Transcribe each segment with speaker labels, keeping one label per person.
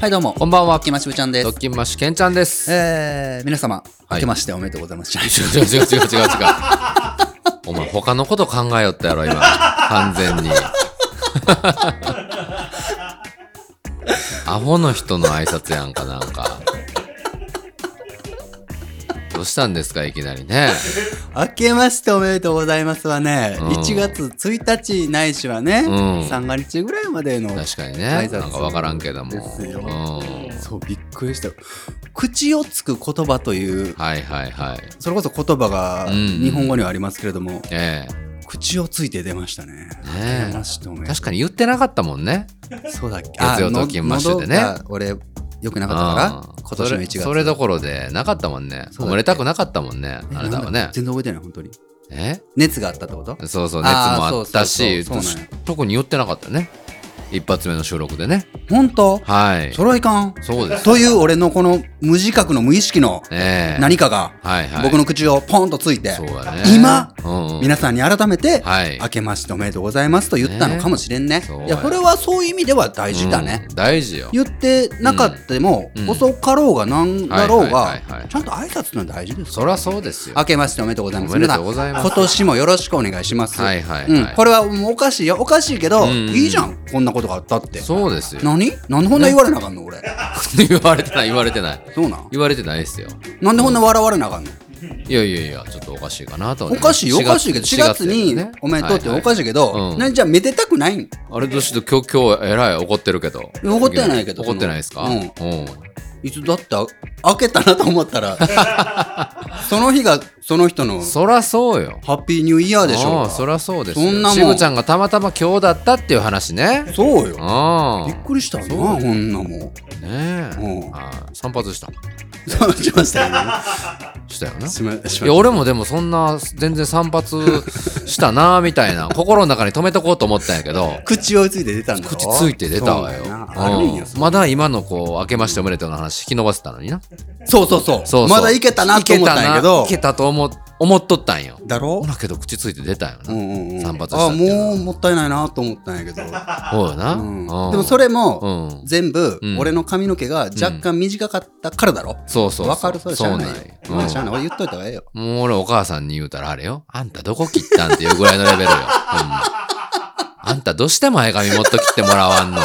Speaker 1: はいどうも
Speaker 2: こんばんは
Speaker 1: きましぶちゃんで
Speaker 2: ド
Speaker 1: す
Speaker 2: ッキンマッシュケンちゃんです。
Speaker 1: えー、皆様、
Speaker 2: い
Speaker 1: 明けましておめでとうございます
Speaker 2: 違う違う違う違う違う違う。お前他のこと考えよったやろ今。完全に。アホの人の挨拶やんかなんか。どうしたんですかいきなりね。
Speaker 1: 明けましておめでとうございますはね、
Speaker 2: うん
Speaker 1: 1月1日ないしはね、
Speaker 2: うん
Speaker 1: 三が日ぐらいまでの
Speaker 2: 確かにね。
Speaker 1: 挨拶
Speaker 2: なんかわからんけども。
Speaker 1: ですよ
Speaker 2: うん
Speaker 1: そうびっくりした口をつく言葉という
Speaker 2: はいはいはい。
Speaker 1: それこそ言葉が
Speaker 2: うん
Speaker 1: 日本語にはありますけれども、
Speaker 2: え
Speaker 1: 口をついて出ましたね。
Speaker 2: え。ね
Speaker 1: 出ました
Speaker 2: え。
Speaker 1: ね。
Speaker 2: 確かに言ってなかったもんね。
Speaker 1: そうだっけ。
Speaker 2: 月曜と金マッシュでね
Speaker 1: あの喉が俺良くなかったから、今年の1月。
Speaker 2: それそれどころでなかったもん
Speaker 1: そう
Speaker 2: ね
Speaker 1: だっけ
Speaker 2: おめでたくなかったもんね
Speaker 1: え
Speaker 2: あなたは
Speaker 1: なん
Speaker 2: ね
Speaker 1: だ全然覚えてない本当に。
Speaker 2: え
Speaker 1: 熱があったってこと？
Speaker 2: そうそう熱も
Speaker 1: あー
Speaker 2: あったし
Speaker 1: そうそうそうそうなん
Speaker 2: 特に寄ってなかったね一発目の収録でね
Speaker 1: 本当？
Speaker 2: はい
Speaker 1: それはいかん。
Speaker 2: そうです
Speaker 1: という俺のこの無自覚の無意識の
Speaker 2: ええ
Speaker 1: 何かが
Speaker 2: はいはい
Speaker 1: 僕の口をポンとついて、
Speaker 2: そうだね
Speaker 1: 今
Speaker 2: うんうん
Speaker 1: 皆さんに改めて、
Speaker 2: はい
Speaker 1: 明けましておめでとうございますと言ったのかもしれんね。
Speaker 2: ねそう
Speaker 1: いやこれはそういう意味では大事だね。
Speaker 2: うん大事よ
Speaker 1: 言ってなかったも、
Speaker 2: うん
Speaker 1: 遅かろうがなんだろう
Speaker 2: は
Speaker 1: が
Speaker 2: いはいはいはい
Speaker 1: ちゃんと挨拶ってのは大事ですよ
Speaker 2: そりゃそうですよ
Speaker 1: 明けましておめでとうございます
Speaker 2: おめで
Speaker 1: 皆さ
Speaker 2: とうんございます
Speaker 1: 今年もよろしくお願いします
Speaker 2: はいはいはい
Speaker 1: うんこれはもうおかしいよおかしいけど
Speaker 2: んうん
Speaker 1: いいじゃんこんなことがあったって
Speaker 2: そうですよ
Speaker 1: 何なんでこんな言われなあかんの俺
Speaker 2: 言われてない言われてない
Speaker 1: そうなん
Speaker 2: 言われてないですよ
Speaker 1: なんでこんな笑われなあかんの
Speaker 2: いやいやいやちょっとおかしいかなとは
Speaker 1: お
Speaker 2: ね
Speaker 1: かしいよお
Speaker 2: 4
Speaker 1: かしいけど4月に
Speaker 2: ね
Speaker 1: おめでとうってお
Speaker 2: はいはい
Speaker 1: かしいけど
Speaker 2: うん
Speaker 1: なんじゃあめでたくないん
Speaker 2: あれどうしと今日今日えらい怒ってるけど。
Speaker 1: 怒ってないけど
Speaker 2: 怒ってないですか。
Speaker 1: うん
Speaker 2: うん
Speaker 1: いつだって開けたなと思ったら その日がその人の
Speaker 2: そらそうよ。
Speaker 1: ハッピーニューイヤーでしょう
Speaker 2: あ
Speaker 1: が
Speaker 2: あそらそうですよ。
Speaker 1: そんなもん
Speaker 2: しぶちゃんがたまたま今日だったっていう話ね。
Speaker 1: そうよ。
Speaker 2: あ
Speaker 1: びっくりしたな、こんなもん。
Speaker 2: あ。
Speaker 1: う
Speaker 2: ねえ
Speaker 1: ん。
Speaker 2: ああ散髪した。
Speaker 1: そうしましたよ
Speaker 2: したよな。
Speaker 1: ね。しましまし
Speaker 2: いや俺もでもそんな全然散髪したなみたいな 心の中に止めとこうと思ったんやけど
Speaker 1: 口をついて出たんだろ
Speaker 2: 口ついて出たわよ
Speaker 1: そうだなあるんや
Speaker 2: うん
Speaker 1: そ
Speaker 2: まだ今のこう明けましておめでとうの話引き伸ばせたのにな
Speaker 1: そうそうそう
Speaker 2: そうそう
Speaker 1: まだいけたなと思ったんやけど
Speaker 2: いけたないけたと思思っとったんよ
Speaker 1: だろ
Speaker 2: ほらけど口ついて出たよな、
Speaker 1: うんうんうん
Speaker 2: 散髪した
Speaker 1: あ
Speaker 2: っていうの
Speaker 1: も
Speaker 2: は
Speaker 1: うもったいないなと思ったんやけど、
Speaker 2: そうよな、
Speaker 1: うん
Speaker 2: うん
Speaker 1: でもそれ
Speaker 2: う
Speaker 1: も
Speaker 2: ん
Speaker 1: 全部
Speaker 2: うん
Speaker 1: 俺の髪の毛が若干短かったからだろ
Speaker 2: そうそう
Speaker 1: わかるそれし
Speaker 2: そ
Speaker 1: ゃあ
Speaker 2: う
Speaker 1: な
Speaker 2: ないん
Speaker 1: よ
Speaker 2: よ
Speaker 1: まあしゃあない俺言っといた方がええよ
Speaker 2: うんもう俺お母さんに言うたらあれよあんたどこ切ったんっていうぐらいのレベルよ、ほんまあんたどうして前髪もっと切ってもらわんのも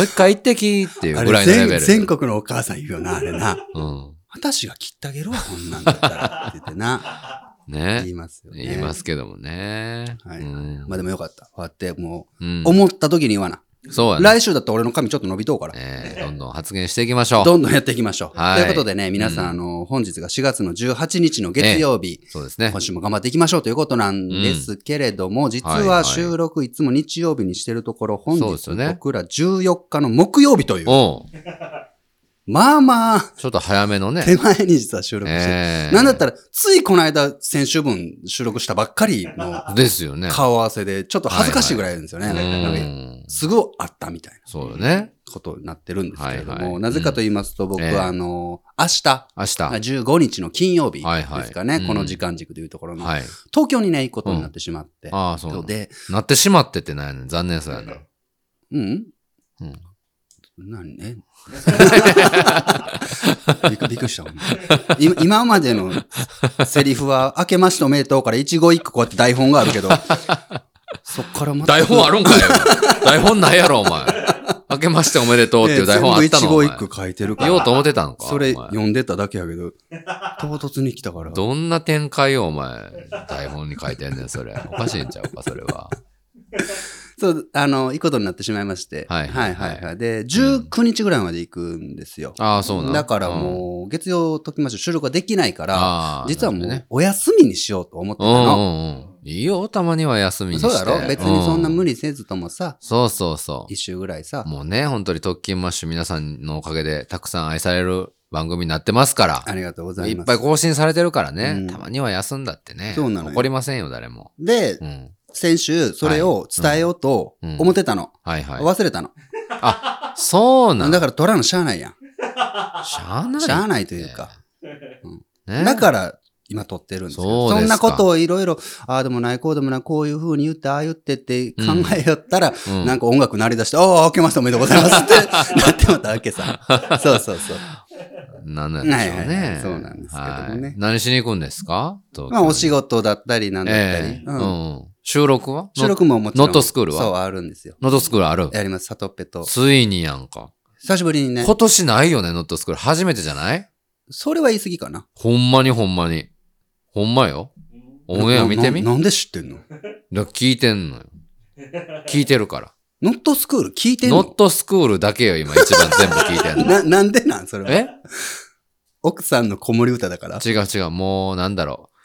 Speaker 2: う一回行ってきっていう
Speaker 1: あ
Speaker 2: ぐら
Speaker 1: れ
Speaker 2: いのレ
Speaker 1: 全
Speaker 2: ベル
Speaker 1: 全国のお母さん言うよなあれな
Speaker 2: うん
Speaker 1: 私が切ってあげるわこんなんだったらって言ってな
Speaker 2: ね
Speaker 1: 言いますよね
Speaker 2: 言いますけどもね、
Speaker 1: はい
Speaker 2: うん
Speaker 1: まあでもよかった。こうやっても
Speaker 2: う
Speaker 1: う、
Speaker 2: ん
Speaker 1: 思った時に言わな。
Speaker 2: そうやね
Speaker 1: 来週だって俺の髪ちょっと伸びとうから。
Speaker 2: えーどんどん発言していきましょう
Speaker 1: どんどんやっていきましょう。
Speaker 2: はい
Speaker 1: ということでね、皆さん、あの、本日が4月の18日の月曜日、
Speaker 2: そうですね
Speaker 1: 今週も頑張っていきましょうということなんですけれども、実
Speaker 2: はいは
Speaker 1: はい収録いつも日曜日にしてるところ、本
Speaker 2: そうです
Speaker 1: 日
Speaker 2: よね
Speaker 1: 僕ら14日の木曜日という、
Speaker 2: おう
Speaker 1: まあまあ、
Speaker 2: ちょっと早めのね
Speaker 1: 手前に実は収録してる。
Speaker 2: ええ
Speaker 1: なんだったら、ついこの間、先週分収録したばっかりの
Speaker 2: ですよね。
Speaker 1: 顔合わせで、ちょっと恥ずかしいぐらいなんですよね。
Speaker 2: う
Speaker 1: なんか
Speaker 2: ん。
Speaker 1: すぐあったみたいな。
Speaker 2: そうよね。
Speaker 1: ことになってるんですけれども、
Speaker 2: はいはい
Speaker 1: なぜかと言いますと、僕
Speaker 2: ええ
Speaker 1: は、あの、明日、
Speaker 2: 明日。はい。
Speaker 1: 15日の金曜日
Speaker 2: はいはい
Speaker 1: ですかね、
Speaker 2: うん
Speaker 1: この時間軸というところの、東京にね、行くことになってしまって、
Speaker 2: ああ、そうなんだ
Speaker 1: で、
Speaker 2: なってしまってってないのに残念そうやな。
Speaker 1: うん
Speaker 2: うん。
Speaker 1: 何え びっくびっくりしたほんま今今までのセリフは、明けましておめでとうから一語一句こうやって台本がある けど、そっからま
Speaker 2: 台本あるんかよ。台本ないやろ、お前。明けましておめでとうっていう台本あったの。
Speaker 1: 全部
Speaker 2: お
Speaker 1: 一
Speaker 2: 前
Speaker 1: 語一句書いてるから
Speaker 2: 言おうと思ってたのか。
Speaker 1: それ
Speaker 2: お前
Speaker 1: 読んでただけやけど、唐突に来たから。
Speaker 2: どんな展開をお前、台本に書いてんねん、それ。おかしいんちゃうか、それは。
Speaker 1: そう、あの、行くことになってしまいまして。
Speaker 2: はい
Speaker 1: はいはいはい。で、19日ぐらいまで行くんですよ。
Speaker 2: ああ、そうなん
Speaker 1: だから
Speaker 2: うん、
Speaker 1: もう、月曜ときましょう収録ができないから、
Speaker 2: ああ。
Speaker 1: 実はも
Speaker 2: なる
Speaker 1: う、お休みにしようと思ってた
Speaker 2: ほど
Speaker 1: の。
Speaker 2: ね。うんうんうん。いいよ、たまには休みにして。
Speaker 1: そうだろ別にそんな
Speaker 2: 理。
Speaker 1: 無理せずともさ、
Speaker 2: そうそうそう。
Speaker 1: 一週ぐらいさ。
Speaker 2: もうね、本当に特勤マッシュ皆さんのおかげでたくさん愛される番組になってますか
Speaker 1: ありがとうござ
Speaker 2: ら、
Speaker 1: い
Speaker 2: いっ
Speaker 1: ま
Speaker 2: ぱい
Speaker 1: す。
Speaker 2: 更新されてるからね、
Speaker 1: うん
Speaker 2: たまには休んだってね、
Speaker 1: そうなのよ
Speaker 2: 怒りませんよ、誰も。
Speaker 1: で
Speaker 2: う、ん。
Speaker 1: 先週、それを伝えようと思ってたの。
Speaker 2: はいは
Speaker 1: 忘れたの。
Speaker 2: い。そうなん
Speaker 1: だから、取らのしゃあないやん。
Speaker 2: しゃあない。
Speaker 1: しゃあないというか。
Speaker 2: ね。
Speaker 1: だから、今撮ってるんですけ
Speaker 2: そ
Speaker 1: ど
Speaker 2: うですか
Speaker 1: そんなことをいろいろ、ああでもない、こうでもない、こういう風に言って、ああ言ってって考えよったら、
Speaker 2: うん
Speaker 1: なんか音楽鳴り出して、ああ、明けましておめでとうございますって、なってまた明けさん。 そうそうそう。
Speaker 2: なんなんでしょうね。
Speaker 1: はいはいはいそうなんですけどもね
Speaker 2: はい何しに行くんですか東京
Speaker 1: まあお仕事だったりなんだったり。
Speaker 2: ええ
Speaker 1: うん
Speaker 2: うん収録は
Speaker 1: 収録ももちろん。
Speaker 2: ノットスクールは
Speaker 1: そう、あるんですよ。
Speaker 2: ノットスクールある
Speaker 1: やります、サトペと。
Speaker 2: ついにやんか。
Speaker 1: 久しぶりにね。
Speaker 2: 今年ないよね、ノットスクール。初めてじゃない
Speaker 1: それは言い過ぎかな。
Speaker 2: ほんまにほんまに。ほんまよ。オンエア見てみ
Speaker 1: ななんで知ってんの
Speaker 2: だから聞いてんのよ。聞いてるから。
Speaker 1: ノットスクール聞いてん
Speaker 2: ノッ
Speaker 1: の
Speaker 2: トスクールだけよ、今一番全部聞いてん の。
Speaker 1: な、なんでなんそれは。
Speaker 2: え
Speaker 1: 奥さんの子守歌だから。
Speaker 2: 違う違う、もうなんだろう。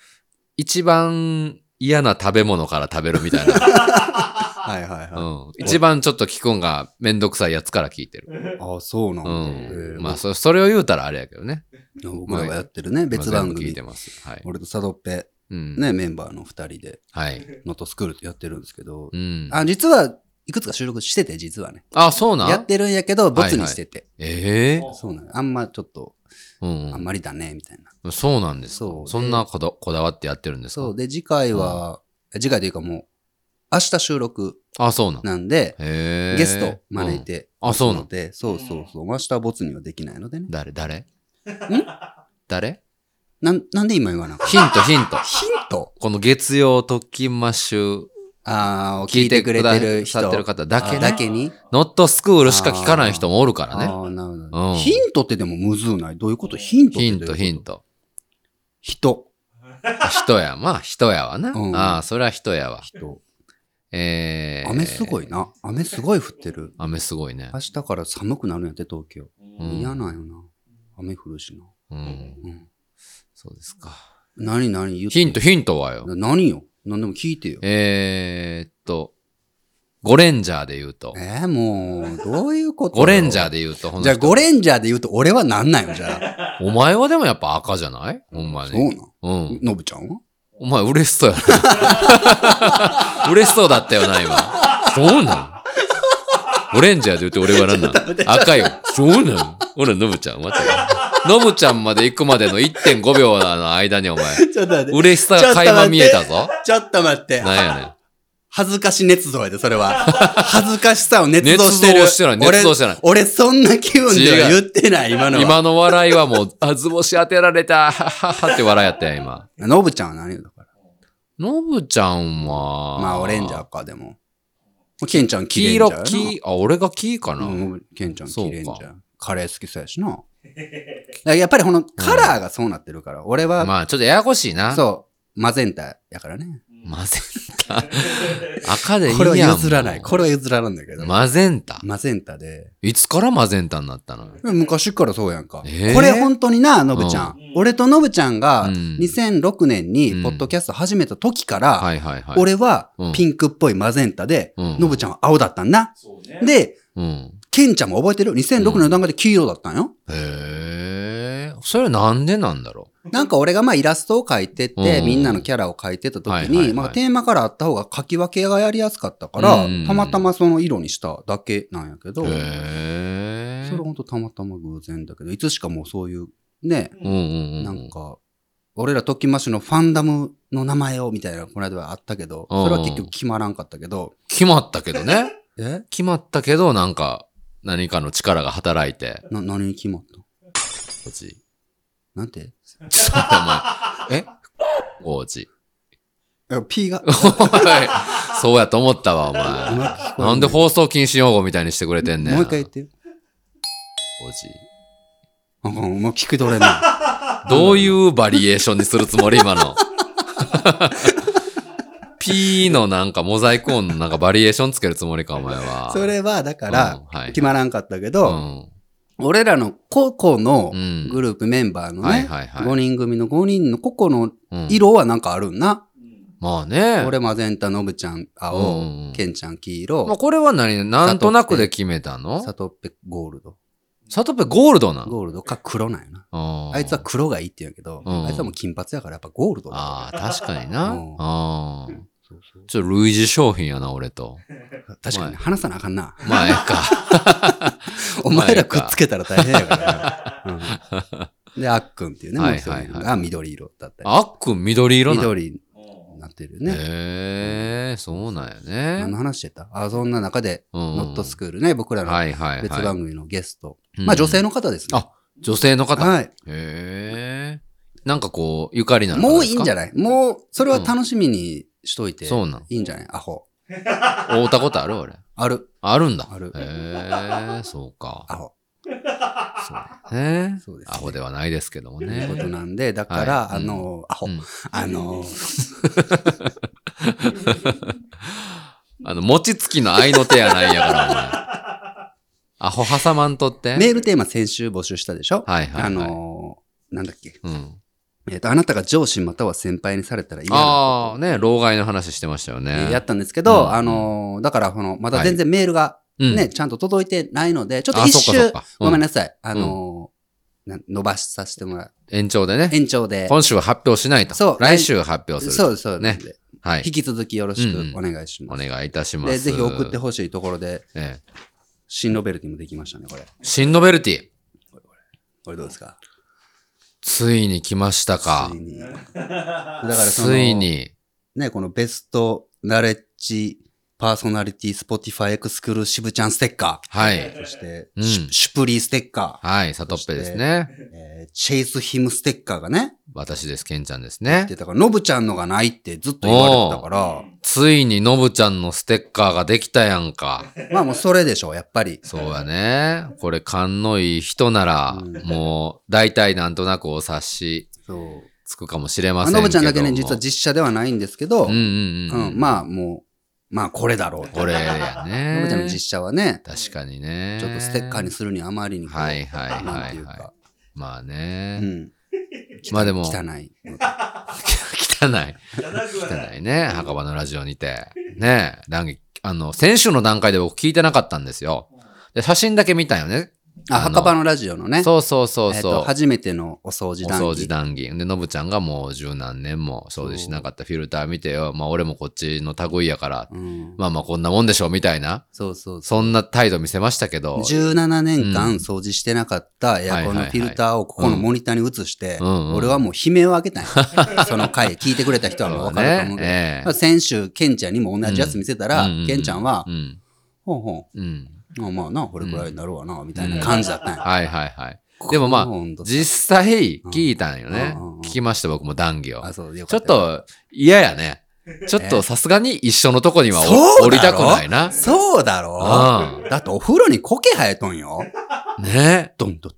Speaker 2: 一番嫌な食べ物から食べるみた いな。
Speaker 1: はいはいはい。
Speaker 2: うん、一番ちょっと聞くんがめんどくさいやつから聞いてる。
Speaker 1: ああ、そうなん
Speaker 2: う
Speaker 1: だ。
Speaker 2: ん。まあ
Speaker 1: あ、
Speaker 2: そ、それを言うたらあれやけどね。
Speaker 1: 僕らがやってるね、別
Speaker 2: まあ
Speaker 1: 番
Speaker 2: 全部聞い
Speaker 1: 組
Speaker 2: て。ます。はい。
Speaker 1: 俺とサドッペ、
Speaker 2: うん。
Speaker 1: ね、メンバーの二人で、
Speaker 2: はい。
Speaker 1: ノットスクールってやってるんですけど
Speaker 2: う、ん。
Speaker 1: あ、実はいくつか収録してて、実はね。
Speaker 2: あ、そうな
Speaker 1: やっ
Speaker 2: ん
Speaker 1: てるんやけど、ボツにしてて。
Speaker 2: ええ
Speaker 1: そうなの。あんまちょっと、あ
Speaker 2: うん
Speaker 1: まりだね、みたいな。
Speaker 2: ん。そうなんですか
Speaker 1: そうで
Speaker 2: そんなこだこだわってやってるんです
Speaker 1: そ
Speaker 2: か
Speaker 1: う。で、次回は、次回というかもう、明日収録
Speaker 2: あ、そうなん。
Speaker 1: なんで、
Speaker 2: へえ。
Speaker 1: ゲスト招いて
Speaker 2: うんあそうなの
Speaker 1: ので、そうそうそう。明日はボツにはできないのでね
Speaker 2: うん。。誰誰ん誰
Speaker 1: なん、なんで今言わなかっ
Speaker 2: ヒント、ヒント。
Speaker 1: たヒント
Speaker 2: この月曜特勤マッシュ
Speaker 1: ああ、
Speaker 2: 聞
Speaker 1: 聞
Speaker 2: い
Speaker 1: い
Speaker 2: て
Speaker 1: て
Speaker 2: く
Speaker 1: く
Speaker 2: れ
Speaker 1: れ
Speaker 2: て
Speaker 1: て
Speaker 2: る
Speaker 1: る
Speaker 2: 人
Speaker 1: 人
Speaker 2: だってる方だけね
Speaker 1: あだけに
Speaker 2: ノットスクールしか聞かない人もおるからね。
Speaker 1: ああ、なるほ
Speaker 2: う
Speaker 1: ど。
Speaker 2: ん
Speaker 1: ヒントってでもむずうない。どういうことヒントって
Speaker 2: ヒ
Speaker 1: どうい
Speaker 2: ン
Speaker 1: うこ
Speaker 2: ト、
Speaker 1: と
Speaker 2: ヒン。ト。
Speaker 1: 人。
Speaker 2: 人や、まあ人やわな。
Speaker 1: うん
Speaker 2: ああ、それは人やわ。
Speaker 1: 人。
Speaker 2: えー、
Speaker 1: 雨すごい。な。雨すごい降ってる。
Speaker 2: 雨すごいね
Speaker 1: 明。日から寒くなるんやって、東京。
Speaker 2: うん
Speaker 1: 嫌なんよな。雨降るしな。
Speaker 2: うん。
Speaker 1: うん。
Speaker 2: そうですか。
Speaker 1: 何何言って
Speaker 2: ヒント、ヒントはよ。
Speaker 1: 何よ。何でも聞いてよ。
Speaker 2: えーっと、ゴレンジャーで言うと。
Speaker 1: えー、もう、どういうこと
Speaker 2: ゴレンジャー
Speaker 1: ー
Speaker 2: で言うと、ほん
Speaker 1: じゃ
Speaker 2: と
Speaker 1: あ、ゴレンジャーで言うと、俺はなんなんよ、じ ゃあ。
Speaker 2: お前はでもやっぱ赤じゃないほんま
Speaker 1: そうな
Speaker 2: に。
Speaker 1: ん。
Speaker 2: うん。
Speaker 1: のぶちゃんは
Speaker 2: お前嬉しそうやな。 嬉しそうだったよな、今。そうなんオレンジャーで言うと俺はなんなん赤いよ。そうなんほら、ノブちゃん、待ってよ。ノブちゃんまで行くまでの1.5秒の間にお前、
Speaker 1: ちょっと待。
Speaker 2: 嬉しさが垣間見えたぞ。
Speaker 1: ちょっと待って。
Speaker 2: なんやねん。
Speaker 1: 恥ずかし捏造やで、それは。 恥ずかしさを捏造してる。
Speaker 2: 捏造してない捏造してない
Speaker 1: 俺、俺そんな気分では
Speaker 2: 違
Speaker 1: 言ってない、今のは。
Speaker 2: 今の笑いはもう、あずぼし当てられた、はははって笑いやったよ、今。
Speaker 1: ノブちゃんは何よ、だから。
Speaker 2: のぶちゃんは、
Speaker 1: まあ、オレンジャーか、でも。ケンちゃん、キレ
Speaker 2: 黄
Speaker 1: ンジャ
Speaker 2: 色
Speaker 1: ーや、な。
Speaker 2: 黄、あ、俺が黄かな、
Speaker 1: うん、ケンちゃん、キレンジャ
Speaker 2: そう
Speaker 1: ー。カレー好きそうやしな。だからやっぱりこのカラーがそうなってるから、俺は、
Speaker 2: まあ、ちょっとややこしいな。
Speaker 1: そう、マゼンタやからね。
Speaker 2: マゼン タ。赤でいいやん。
Speaker 1: これは譲らない。
Speaker 2: も
Speaker 1: これは譲らないんだけ
Speaker 2: う
Speaker 1: ど。
Speaker 2: マゼンタ。
Speaker 1: マゼンタで。
Speaker 2: いつからマゼンタになったの
Speaker 1: 昔からそうやんか。
Speaker 2: えー
Speaker 1: これ本当にな、ノブちゃん。俺とノブちゃんが
Speaker 2: うん
Speaker 1: 2006年
Speaker 2: うん
Speaker 1: にポッドキャスト始めた時から、
Speaker 2: はいはいはい。、
Speaker 1: 俺は
Speaker 2: うん
Speaker 1: ピンクっぽいマゼンタで、
Speaker 2: うん
Speaker 1: ノブちゃんは青だったんだ。
Speaker 3: そうね。
Speaker 1: で、
Speaker 2: うん。
Speaker 1: ケンちゃんも覚えてる ?2006 年の段階で黄色だったんよ。
Speaker 2: へえ。それなんでなんだろ
Speaker 1: なんか俺がまあイラストを描いてて、
Speaker 2: うん
Speaker 1: みんなのキャラを描いてた時
Speaker 2: はいはいはい
Speaker 1: に、まあテーマからあった方が描き分けがやりやすかったから
Speaker 2: うん、
Speaker 1: たまたまその色にしただけなんやけど、
Speaker 2: う。
Speaker 1: それ
Speaker 2: へえ。
Speaker 1: ほんとたまたま偶然だけど、いつしかもうそういう、ね、
Speaker 2: うんうんうん。
Speaker 1: なんか、俺らときましのファンダムの名前をみたいな、この間はあったけど、
Speaker 2: うん
Speaker 1: それは結局決まらんかったけど、
Speaker 2: 決まったけどね。
Speaker 1: え
Speaker 2: 決まったけど、なんか、何かの力が働いて。
Speaker 1: な、何に決まった
Speaker 2: 王 子。
Speaker 1: なんて
Speaker 2: ちょっとお前、え王子。
Speaker 1: え ?P が、
Speaker 2: おいそうやと思ったわ、お
Speaker 1: う
Speaker 2: 前。
Speaker 1: まく聞こえ
Speaker 2: なんで放送禁止用語みたいにしてくれてんねん。
Speaker 1: もう一回言ってよ。
Speaker 2: 王子。
Speaker 1: あかんもう聞き取 れな
Speaker 2: どういうバリエーションにするつもり今の。P のなんかモザイク音のなんかバリエーションつけるつもりか、お前
Speaker 1: い。
Speaker 2: は。
Speaker 1: それは、だから
Speaker 2: うんはい、
Speaker 1: 決まらんかったけ
Speaker 2: う
Speaker 1: ど、
Speaker 2: ん。
Speaker 1: 俺らの個々の
Speaker 2: うん
Speaker 1: グループメンバーの
Speaker 2: はい
Speaker 1: ね、
Speaker 2: はいはい
Speaker 1: 5人組の5人の個々の
Speaker 2: うん
Speaker 1: 色はなんかあるんな。
Speaker 2: まあね。
Speaker 1: 俺、マゼンタ、ノブちゃん、
Speaker 2: うんうんうん
Speaker 1: 青、ケンちゃん、黄
Speaker 2: まあ
Speaker 1: 色、
Speaker 2: これは何なんとなくで決めたの
Speaker 1: サトッペ、ゴールド。
Speaker 2: サトペゴールドなの
Speaker 1: ゴールドか黒なんやな。
Speaker 2: あー
Speaker 1: あいつは黒がいいって言うんやけど、
Speaker 2: うん
Speaker 1: あいつはもう金髪やからやっぱゴールドだ。
Speaker 2: ああ、確かにな。
Speaker 1: うん
Speaker 2: ああ。
Speaker 1: そうそう
Speaker 2: ちょ、類似商品やな、俺と。
Speaker 1: 確か
Speaker 2: はい
Speaker 1: に話さなあかんな。
Speaker 2: まあ、ええか。
Speaker 1: お前らくっつけたら大変やからな。うん で、あっくんっていうね、も
Speaker 2: は
Speaker 1: う
Speaker 2: い
Speaker 1: 一人
Speaker 2: はいはい
Speaker 1: が緑色だったり。
Speaker 2: あっくん緑色なの。
Speaker 1: 緑になってるよね。
Speaker 2: へえ、そうなんや
Speaker 1: 何の
Speaker 2: ね。
Speaker 1: 話してたあ、そんな中で、
Speaker 2: うん
Speaker 1: ノットスクールね、僕らの
Speaker 2: はいはいはい。
Speaker 1: 別番組のゲスト。
Speaker 2: うん
Speaker 1: まあ女性の方ですね。
Speaker 2: あ女性の方。へ
Speaker 1: はい。
Speaker 2: え。なんかこう、ゆかりなの
Speaker 1: もういいんじゃ
Speaker 2: ない
Speaker 1: ないもう、それは楽しみにしといて。
Speaker 2: そうなの
Speaker 1: いいんじゃないアホ。
Speaker 2: 会うたことある俺。
Speaker 1: ある。
Speaker 2: あるんだ。
Speaker 1: ある
Speaker 2: へえ、そうか。
Speaker 1: アホ。
Speaker 2: へえ。
Speaker 1: そうですね
Speaker 2: アホではないですけども
Speaker 1: ってこと
Speaker 2: ね。
Speaker 1: なんで、だから、
Speaker 2: はい
Speaker 1: あの、アホ
Speaker 2: うん。
Speaker 1: あの、
Speaker 2: あの、餅つきの愛の手やないやから、お前。アホ挟まんとって。
Speaker 1: メールテーマ先週募集したでしょ
Speaker 2: はいはいはい
Speaker 1: あの、なんだっけ。
Speaker 2: うん。
Speaker 1: えっと、あなたが上司または先輩にされたら嫌だ。
Speaker 2: ああ、ね、老害の話してましたよね。
Speaker 1: やったんですけ
Speaker 2: う
Speaker 1: ど、
Speaker 2: ん
Speaker 1: あの、だから、この、まだ全然メールが
Speaker 2: うん
Speaker 1: ね、ちゃんと届いてないので、ちょっと
Speaker 2: あ
Speaker 1: 一
Speaker 2: そっかそっ
Speaker 1: 周
Speaker 2: か、うん
Speaker 1: ごめんなさい。あの、な伸ばしさせてもらう。
Speaker 2: 延長でね。
Speaker 1: 延長で。
Speaker 2: 今週は発表しないと。
Speaker 1: そう
Speaker 2: 来週発表すると。
Speaker 1: そうです、そうで
Speaker 2: ね
Speaker 1: す。
Speaker 2: はい
Speaker 1: 引。き続きよろしくお願いし
Speaker 2: お
Speaker 1: ます。
Speaker 2: 願いいたしま。
Speaker 1: ですぜひ送ってほしいところで、
Speaker 2: ええ
Speaker 1: 新ノベルティもできましたね、これ。
Speaker 2: シンノベルティ、
Speaker 1: これどうですか
Speaker 2: ついに来ましたか
Speaker 1: つい。に。だからその、
Speaker 2: ついに、
Speaker 1: ね、このベストナレッジパーソナリティスポティファイエクスクルーシブちゃんステッカ
Speaker 2: は
Speaker 1: ー。
Speaker 2: い。
Speaker 1: そして、
Speaker 2: うん
Speaker 1: シュシュプリーステッカ
Speaker 2: はい、サトッペですね。
Speaker 1: ー、えーチェイスヒムステッカーがね、
Speaker 2: 私です、ケンちゃんです
Speaker 1: っ
Speaker 2: ね
Speaker 1: て。たから、ノブちゃんのがないってずっと言われてたから、
Speaker 2: ついにノブちゃんのステッカーができたやんか。
Speaker 1: まあもうそれでしょう、やっぱり。
Speaker 2: そうやね。これ、勘のいい人なら、
Speaker 1: うん
Speaker 2: もう、大体なんとなくお察し
Speaker 1: そう。
Speaker 2: つくかもしれま
Speaker 1: まあ
Speaker 2: せんけ
Speaker 1: ノ
Speaker 2: ども。
Speaker 1: ブちゃんだけね、実は実写ではないんですけど、
Speaker 2: うんうんうん。
Speaker 1: うんまあもう、まあこれだろうと。
Speaker 2: これやね。
Speaker 1: ノブちゃんの実写はね、
Speaker 2: 確かにね。
Speaker 1: ちょっとステッカーにするにあまりにこう、
Speaker 2: はいはいはいはい
Speaker 1: なんていうか、
Speaker 2: まあ
Speaker 1: う
Speaker 2: ね。
Speaker 1: ん、
Speaker 2: まあでも、
Speaker 1: 汚
Speaker 2: 汚
Speaker 1: い。
Speaker 2: い。汚 いね。墓場のラジオにて。ね談義、あの、先週の段階で僕聞いてなかったんですよ。で写真だけ見たよね。
Speaker 1: あ、
Speaker 2: あの
Speaker 1: 墓場のラジオのね、
Speaker 2: そうそうそう
Speaker 1: えっ
Speaker 2: そ
Speaker 1: と
Speaker 2: う。
Speaker 1: 初めてのお掃除
Speaker 2: お
Speaker 1: 談
Speaker 2: 掃
Speaker 1: 義
Speaker 2: 除談義。で、のぶちゃんがもう十何年も掃除しなかったフィルター見てよ。まあ俺もこっちの類やから。
Speaker 1: うん、
Speaker 2: まあまあこんなもんでしょ、みたいな。
Speaker 1: そうそうそう
Speaker 2: そんな態度見せましたけど。
Speaker 1: 17年
Speaker 2: う
Speaker 1: 間
Speaker 2: ん
Speaker 1: 掃除してなかったエアコンの
Speaker 2: はいはいはい
Speaker 1: フィルターをここのモニターに映して、
Speaker 2: うんうんうん
Speaker 1: 俺はもう悲鳴を上げたんや。その回、聞いてくれた人はもうわかると思うけど、
Speaker 2: ねええ
Speaker 1: まあ先週、ケンちゃんにも同じやつ見せたら、
Speaker 2: うんうんうん
Speaker 1: ケンちゃんは
Speaker 2: う、ん。
Speaker 1: ほんほん、
Speaker 2: うん。
Speaker 1: まあまあな、これくらいになるわな、みたいな感じだったんや。
Speaker 2: はいはいはい。でもまあ
Speaker 1: ほんと、
Speaker 2: 実際聞いたんよね
Speaker 1: うんうんうんうん。
Speaker 2: 聞きました僕も談義を。
Speaker 1: あ、そう、よ
Speaker 2: ち
Speaker 1: か
Speaker 2: ょ
Speaker 1: っ。
Speaker 2: ったと嫌や ね。ちょっ
Speaker 1: え
Speaker 2: とさすがに一緒のとこには
Speaker 1: そうだろ
Speaker 2: お降りたくないな。
Speaker 1: そうだろ
Speaker 2: う
Speaker 1: だってお風呂に苔生えとんよ。
Speaker 2: ん。ね
Speaker 1: どんどん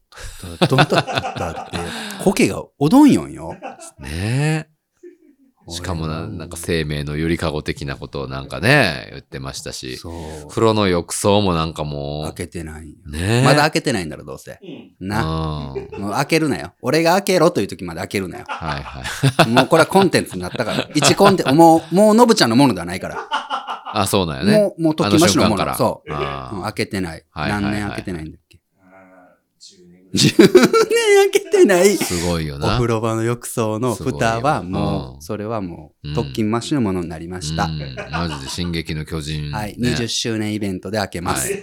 Speaker 1: どんどんどんどんだって、苔がおどんよんよ。
Speaker 2: ねしかもな、なんか生命のゆりかご的なことをなんかね、言ってましたし。
Speaker 1: そう。
Speaker 2: 風呂の浴槽もなんかも
Speaker 1: 開けてないんよ
Speaker 2: う、ね
Speaker 1: まだ開けてないんだろ、どうせ。な。
Speaker 2: うん。
Speaker 1: もう開けるなよ。俺が開けろという時まで開けるなよ。
Speaker 2: はいはい。
Speaker 1: もうこれはコンテンツになったから。 一コンテンツ、もう、もうのぶちゃんのものではないから。
Speaker 2: あ、そうなんやね。
Speaker 1: もう、もう時増しのも
Speaker 2: あの瞬間から
Speaker 1: の。そう。
Speaker 2: あー
Speaker 1: うん開けてない。
Speaker 2: はいはいはい
Speaker 1: 何年開けてないんだっけ。
Speaker 3: 10
Speaker 1: 年開けてない。
Speaker 2: すごいよ
Speaker 1: お
Speaker 2: な。
Speaker 1: 風呂場の浴槽の蓋は
Speaker 2: すごいよ
Speaker 1: も
Speaker 2: うん
Speaker 1: う、それはも
Speaker 2: う
Speaker 1: う、
Speaker 2: ん
Speaker 1: 特勤マッシュのものになりました。
Speaker 2: うん、マジで進撃の巨人、ね。
Speaker 1: はい。20周年イベントで開けます。っ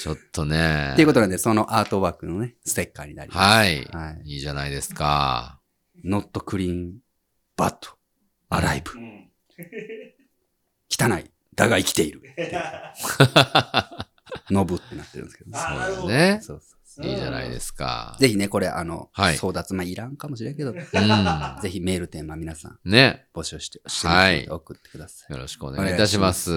Speaker 2: ちょっとね。
Speaker 1: ていうことなんで、そのアートワークのね、ステッカーになりま
Speaker 2: はい。
Speaker 1: す。はい。
Speaker 2: いいじゃないですか。
Speaker 1: ノットクリーン、バット、アライブ、汚い、だが生きている。ノブってなってるんですけど、ね、
Speaker 3: あなるほど
Speaker 2: ね。
Speaker 1: そうそうそ
Speaker 2: いいじゃないですか
Speaker 1: う。。ぜひね、これ、あの、
Speaker 2: はい
Speaker 1: 争奪、まあ、いらんかもしれんけど、
Speaker 2: う
Speaker 1: ぜひメールテーマ皆さん
Speaker 2: ん。ね。
Speaker 1: 募集して、
Speaker 2: は
Speaker 1: はいい、送ってください。
Speaker 2: よろしくお願いいたします。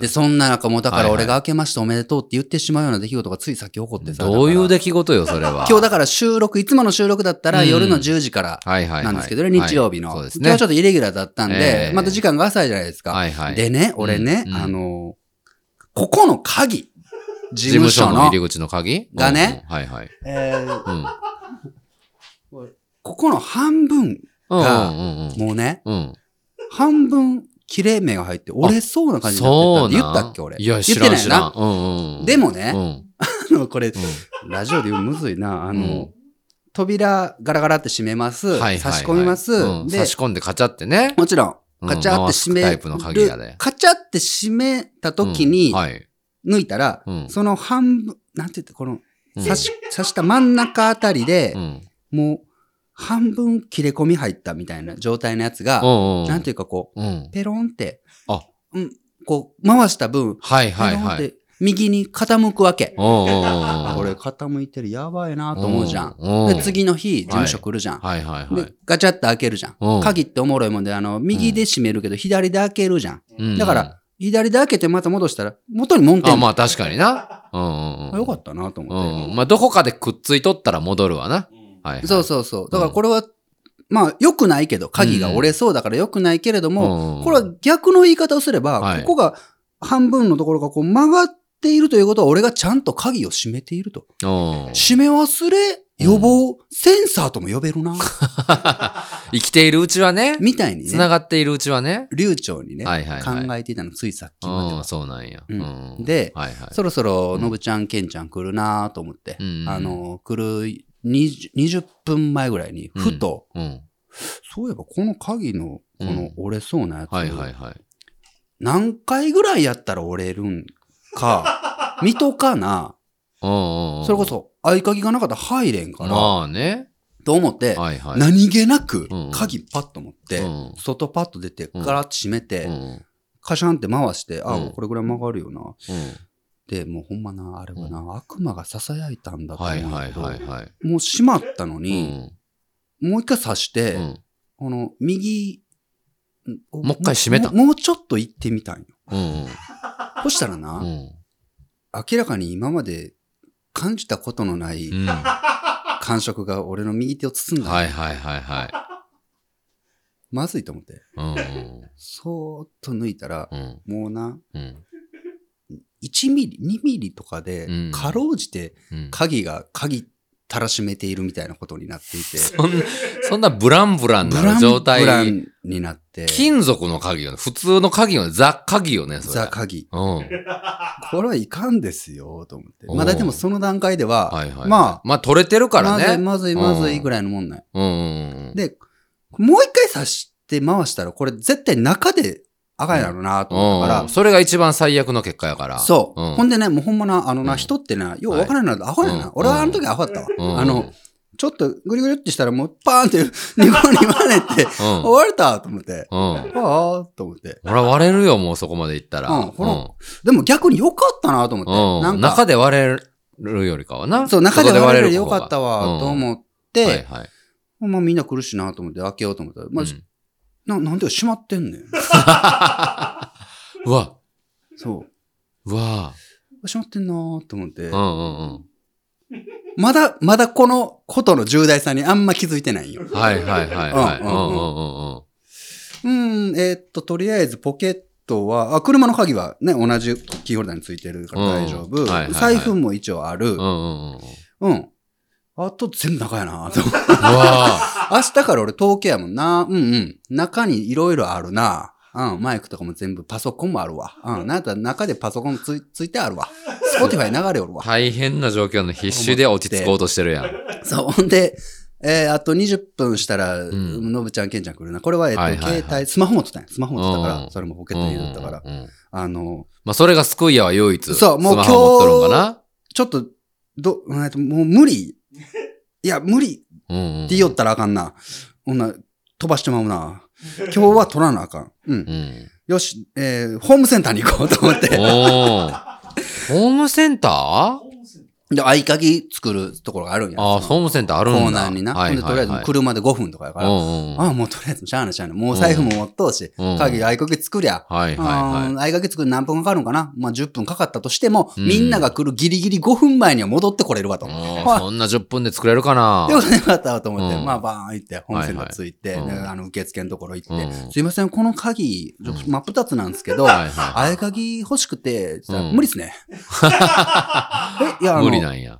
Speaker 1: で、そんな中もう、だか
Speaker 2: は
Speaker 1: ら
Speaker 2: いはい
Speaker 1: 俺が明けましておめでとうって言ってしまうような出来事がつい先起こってさ。
Speaker 2: どういう
Speaker 1: だ
Speaker 2: 出来事よ、それは
Speaker 1: から。 今日だから収録、いつもの収録だったら
Speaker 2: うん
Speaker 1: 夜の10時から
Speaker 2: はいはいはい。
Speaker 1: なんですけどね、日曜日の。
Speaker 2: はい
Speaker 1: 今
Speaker 2: そうです
Speaker 1: 日
Speaker 2: ね。
Speaker 1: はちょっとイレギュラーだったん
Speaker 2: え
Speaker 1: で
Speaker 2: え、
Speaker 1: また時間が浅いじゃないですか。
Speaker 2: はいはい。
Speaker 1: でね、俺ね、
Speaker 2: うん
Speaker 1: あの、ここの鍵、事
Speaker 2: 事
Speaker 1: 務
Speaker 2: 務
Speaker 1: 所
Speaker 2: 所の
Speaker 1: の、
Speaker 2: 入り口の鍵
Speaker 1: がね。
Speaker 2: うんうんはいはい。
Speaker 1: えー
Speaker 2: うん。
Speaker 1: ここの半分、
Speaker 2: うんうん
Speaker 1: もうね、
Speaker 2: うん。うん。
Speaker 1: 半分切れ目が入って折れそうな感じにな
Speaker 2: そ
Speaker 1: っ
Speaker 2: う
Speaker 1: て
Speaker 2: な
Speaker 1: た
Speaker 2: ん
Speaker 1: って言ったっけ、俺。
Speaker 2: いや、
Speaker 1: 言
Speaker 2: 知
Speaker 1: って
Speaker 2: らん
Speaker 1: ない
Speaker 2: 知
Speaker 1: よ
Speaker 2: らん
Speaker 1: な。。
Speaker 2: うんうん。
Speaker 1: で
Speaker 2: も、
Speaker 1: もね
Speaker 2: う、ん。
Speaker 1: あの、これ
Speaker 2: う、ん
Speaker 1: ラジオで言うのむずいな。あ
Speaker 2: う
Speaker 1: の、扉ガラガラって閉めます。
Speaker 2: はいはいはい。
Speaker 1: 差し込みます。
Speaker 2: うん
Speaker 1: で
Speaker 2: 差し込んでカチャってね。
Speaker 1: もちろん、
Speaker 2: うん
Speaker 1: カチャって閉める。
Speaker 2: 回すタイプの鍵やで
Speaker 1: カチャって閉めた時
Speaker 2: うん
Speaker 1: に
Speaker 2: はい。
Speaker 1: 抜いたら、
Speaker 2: うん
Speaker 1: その半分、なんて言って、この、
Speaker 2: うん
Speaker 1: 刺し、刺した真ん中あたりで
Speaker 2: う、ん。
Speaker 1: もう、半分切れ込み入ったみたいな状態のやつが、
Speaker 2: うんうん。
Speaker 1: なんていうかこ
Speaker 2: うん
Speaker 1: う、。ペロンって、
Speaker 2: あ
Speaker 1: うん、こう、回した分、
Speaker 2: はい
Speaker 1: ペ
Speaker 2: はい
Speaker 1: ロンっ
Speaker 2: はい。
Speaker 1: て右に傾くわけ。
Speaker 2: うんうんうん。
Speaker 1: これ傾いてる、やばいなと思うじゃん。
Speaker 2: うん。うん
Speaker 1: で、。次の日、事務所来るじゃん。
Speaker 2: はいはいは
Speaker 1: で
Speaker 2: い。、
Speaker 1: ガチャッと開けるじゃ
Speaker 2: うん
Speaker 1: ん。鍵っておもろいもんで、あの、右で閉めるけど、左で開けるじゃん。
Speaker 2: うん
Speaker 1: だから、左で開けてまた戻したら、元に戻って
Speaker 2: あ、
Speaker 1: んの
Speaker 2: まあ確かにな。うんうんうん。
Speaker 1: あよかったなと思って。
Speaker 2: うん。まあどこかでくっついとったら戻るわな。はいはい。
Speaker 1: そうそうそう。だからこれは、まあ、良くないけど、鍵が折れそうだから良くないけれども、
Speaker 2: も
Speaker 1: これは逆の言い方をすれば、
Speaker 2: はい
Speaker 1: ここが半分のところがこう曲がっているということは、俺がちゃんと鍵を閉めていると。
Speaker 2: うん。
Speaker 1: 閉め忘れ、予防、センサーとも呼べ るな、
Speaker 2: 生きているうちはね、
Speaker 1: みたいに
Speaker 2: 繋
Speaker 1: ね、
Speaker 2: がっているうちはね。
Speaker 1: 流暢にね、
Speaker 2: はいはいはい
Speaker 1: 考えていたの、ついさっきまで
Speaker 2: う
Speaker 1: は
Speaker 2: ん、。そうなんや。
Speaker 1: うん
Speaker 2: うん
Speaker 1: で
Speaker 2: はいはい。
Speaker 1: そろそろ、
Speaker 2: うん
Speaker 1: のぶちゃん、けんちゃん来るなと思って、
Speaker 2: うん
Speaker 1: あの、来る20 20分前ぐらいに、ふと、
Speaker 2: うん。
Speaker 1: そういえばこの鍵の、この折れそうなやつ、
Speaker 2: はいはいはい。
Speaker 1: 何回ぐらいやったら折れるんか、見とかな、
Speaker 2: うんうんうん。
Speaker 1: それこそ合鍵がなかったら入れんから、
Speaker 2: まあね。
Speaker 1: と思って、
Speaker 2: はいはい。
Speaker 1: 何気なく
Speaker 2: うん
Speaker 1: 鍵パッと持って、
Speaker 2: うん
Speaker 1: 外パッと出て、
Speaker 2: うん
Speaker 1: ガラッと閉めて、
Speaker 2: うん
Speaker 1: カシャンって回して、あ、
Speaker 2: うん
Speaker 1: これぐらい曲がるよな。
Speaker 2: う
Speaker 1: で、もうほんまな、あれはな、悪魔が囁いたんだ
Speaker 2: ん。
Speaker 1: と思う
Speaker 2: は
Speaker 1: ん
Speaker 2: い
Speaker 1: だ
Speaker 2: は
Speaker 1: け
Speaker 2: い
Speaker 1: ど、
Speaker 2: はいはい。
Speaker 1: もう閉まったの
Speaker 2: う
Speaker 1: に、
Speaker 2: ん。
Speaker 1: もう一回刺して、
Speaker 2: うん
Speaker 1: この右、も
Speaker 2: もう一回閉めた
Speaker 1: もうもうちょっと行ってみたんよ。
Speaker 2: うん
Speaker 1: そしたらな、
Speaker 2: うん。うん。
Speaker 1: 明らかに今まで感じたことのな
Speaker 2: う
Speaker 1: い
Speaker 2: ん。は
Speaker 1: 感触が俺の右手を包ん
Speaker 2: い
Speaker 1: だ。
Speaker 2: はいはいは
Speaker 1: まずいと思って。
Speaker 2: い。うん
Speaker 1: そーっと抜いたら
Speaker 2: う、ん。
Speaker 1: もうな、
Speaker 2: うん。うん
Speaker 1: 1ミリ、2ミリとかで
Speaker 2: うん、
Speaker 1: かろうじて
Speaker 2: うん。
Speaker 1: 鍵が、鍵たらしめているみたいなことになっていて、
Speaker 2: そんな、そんなブランブラン
Speaker 1: ブ
Speaker 2: な
Speaker 1: ラン
Speaker 2: 状
Speaker 1: ブラ
Speaker 2: 態。
Speaker 1: ンになって、
Speaker 2: 金属の鍵よね。普通の鍵よね。ザ鍵よね、それ。
Speaker 1: ザ鍵。
Speaker 2: うん。
Speaker 1: これはいかんですよ、と思って。
Speaker 2: おう
Speaker 1: まだでもその段階では、
Speaker 2: はいはい。
Speaker 1: まあ、
Speaker 2: まあ取れてるからね。
Speaker 1: まずいまずいまずいぐらいのもんない。
Speaker 2: うんうんうん。
Speaker 1: で、もう一回刺して回したら、これ絶対中で赤いだろうなと思ったから、
Speaker 2: うんそれが一番最悪の結果やから。
Speaker 1: そう、
Speaker 2: うん
Speaker 1: ほんでね、もうほんまな、あのな、
Speaker 2: うん
Speaker 1: 人ってな、よう分からんないのアホやな、
Speaker 2: うん
Speaker 1: 俺はあの時アホやったわ。
Speaker 2: うん
Speaker 1: あの、、ちょっとぐりぐりってしたらもうパーンって日本に割れて、
Speaker 2: うん。
Speaker 1: 終われたと思って。
Speaker 2: うん。
Speaker 1: ああ、と思って。
Speaker 2: ほら割れるよ、もうそこまでいったら。
Speaker 1: うんほらでも逆に良かったなと思って。
Speaker 2: うん
Speaker 1: なんか
Speaker 2: 中で割れるよりかはな。
Speaker 1: そう、中で
Speaker 2: 外
Speaker 1: 割れるよかった
Speaker 2: 方が
Speaker 1: わ、と
Speaker 2: うん
Speaker 1: 思っ
Speaker 2: は
Speaker 1: て
Speaker 2: い、はい。
Speaker 1: ほんまみんな来るしなと思って開けようと思ったら、まあ、
Speaker 2: うん
Speaker 1: ななんで閉まってんねん。
Speaker 2: うわ、
Speaker 1: そう
Speaker 2: わ。
Speaker 1: う。閉まってんなーと思って
Speaker 2: うんう。ん
Speaker 1: まだ、まだこのことの重大さにあんま気づいてないんよ。
Speaker 2: うん。はいはいはいはい。
Speaker 1: う
Speaker 2: うんん
Speaker 1: う
Speaker 2: うんん
Speaker 1: うん
Speaker 2: うんう
Speaker 1: う
Speaker 2: ん。
Speaker 1: ーん、えーっと、とりあえずポケットは、あ、車の鍵はね、同じキーホルダーについてるから大丈夫。
Speaker 2: うんはいはいはい
Speaker 1: 財布も一応ある。
Speaker 2: うんうんうん。う
Speaker 1: うん。あと全部中やな と
Speaker 2: わ
Speaker 1: 明日から俺東京やもんな。うんうん。中にいろいろあるな。うん、マイクとかも全部、パソコンもあるわ。うん、なんやったら中でパソコンついついてあるわ。スポティファイ流れおるわ。
Speaker 2: 大変な状況の必死で落ち着こうとしてるやん。
Speaker 1: そう、ほんで、えーあと20分したら、
Speaker 2: ん
Speaker 1: のぶちゃん、けんちゃん来るな。これは、えっと、
Speaker 2: はいはいはい
Speaker 1: 携帯、スマホ持ってたんや。スマホ持ってたから、
Speaker 2: うん
Speaker 1: それもポケットに入れてたから。
Speaker 2: うんうんうん
Speaker 1: あの、
Speaker 2: まあそれが救いやは唯一。
Speaker 1: そうもう
Speaker 2: スマホ持っとるんか
Speaker 1: ちょっと、ど、えっともう無理。いや、無理っ
Speaker 2: な。うんうん。
Speaker 1: て言おったらあかんな。ほんな、飛ばしてまう な。今日は取らなあかん。うん
Speaker 2: う。ん。
Speaker 1: よし、えー、ホームセンターに行こうと思って。
Speaker 2: おーホームセンターあ
Speaker 1: で、合鍵作るところがあるんや。
Speaker 2: あ、ホームセンターあるん
Speaker 1: コ
Speaker 2: だ。
Speaker 1: ーナーにな。
Speaker 2: は
Speaker 1: ほん
Speaker 2: い
Speaker 1: で、
Speaker 2: はい
Speaker 1: とりあ
Speaker 2: はい、
Speaker 1: えず車で5分とかやから。
Speaker 2: うんうん。
Speaker 1: ああ、もうとりあえず、しゃあないしゃあない。もう財布も持っとうし、
Speaker 2: うん
Speaker 1: 鍵、合鍵作りゃ。
Speaker 2: はいはい
Speaker 1: うん
Speaker 2: は
Speaker 1: 合鍵作るの何分かかるんかなまあ、10分かかったとしても、
Speaker 2: うん
Speaker 1: みんなが来るギリギリ5分前には戻ってこれるわと。
Speaker 2: い。
Speaker 1: ま
Speaker 2: も
Speaker 1: あ
Speaker 2: うそんな10分で作れるかな
Speaker 1: よかったよかったわと思って、
Speaker 2: うん
Speaker 1: まあ、バーン行って、本線がついて、
Speaker 2: はいはい
Speaker 1: で
Speaker 2: うん
Speaker 1: あの、受付のところ行って、
Speaker 2: うん
Speaker 1: すいません、この鍵、ちょ
Speaker 2: うん
Speaker 1: 真っ二つなんですけ ど、
Speaker 2: はいは
Speaker 1: 合鍵欲しくて、
Speaker 2: うん
Speaker 1: 無理っす ね。え、いや、あ
Speaker 2: い。無理な
Speaker 1: の、
Speaker 2: んや。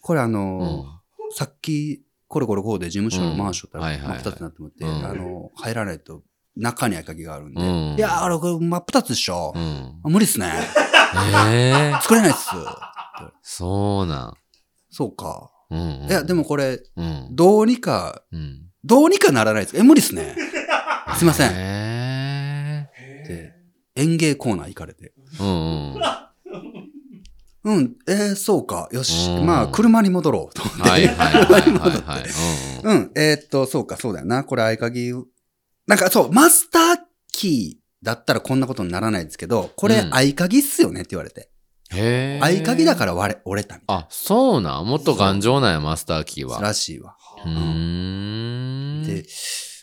Speaker 1: これあ
Speaker 2: う
Speaker 1: の
Speaker 2: ん、。
Speaker 1: さっき、これこれこうで事務所のマンションから
Speaker 2: うんはいは
Speaker 1: 真っ
Speaker 2: いはい
Speaker 1: 二つになって思って、
Speaker 2: うん
Speaker 1: あの、入らないと中に合鍵があるんで、
Speaker 2: うん
Speaker 1: いや、あれこれ真っ二つでしょ
Speaker 2: う。ん
Speaker 1: あ無理っすね。
Speaker 2: ええ
Speaker 1: 作れないっす。
Speaker 2: そうなん。
Speaker 1: そうか。
Speaker 2: うんうん。
Speaker 1: いや、でもこれ、
Speaker 2: うん、
Speaker 1: どうにか、
Speaker 2: うん。
Speaker 1: どうにかならないですかえ、無理っすね。すいませ ん。
Speaker 2: え
Speaker 1: で園芸コーナー行かれて。
Speaker 2: えうんうん。
Speaker 1: うん、えー、そうか。よし
Speaker 2: う。ん
Speaker 1: まあ、車に戻ろう。と思って。
Speaker 2: はいはいはいはいはい。うんうん
Speaker 1: うん、えーっと、そうか、そうだよな。これ合鍵、なんかそう、マスターキーだったらこんなことにならないですけど、これ
Speaker 2: うん
Speaker 1: 合鍵っすよねって言われて。
Speaker 2: へ ー
Speaker 1: 合鍵だから割れ、折れたみ
Speaker 2: あ、そうなん。もっと頑丈なんや、マスターキー
Speaker 1: たい
Speaker 2: は。
Speaker 1: らしいわ。
Speaker 2: うーん。
Speaker 1: で、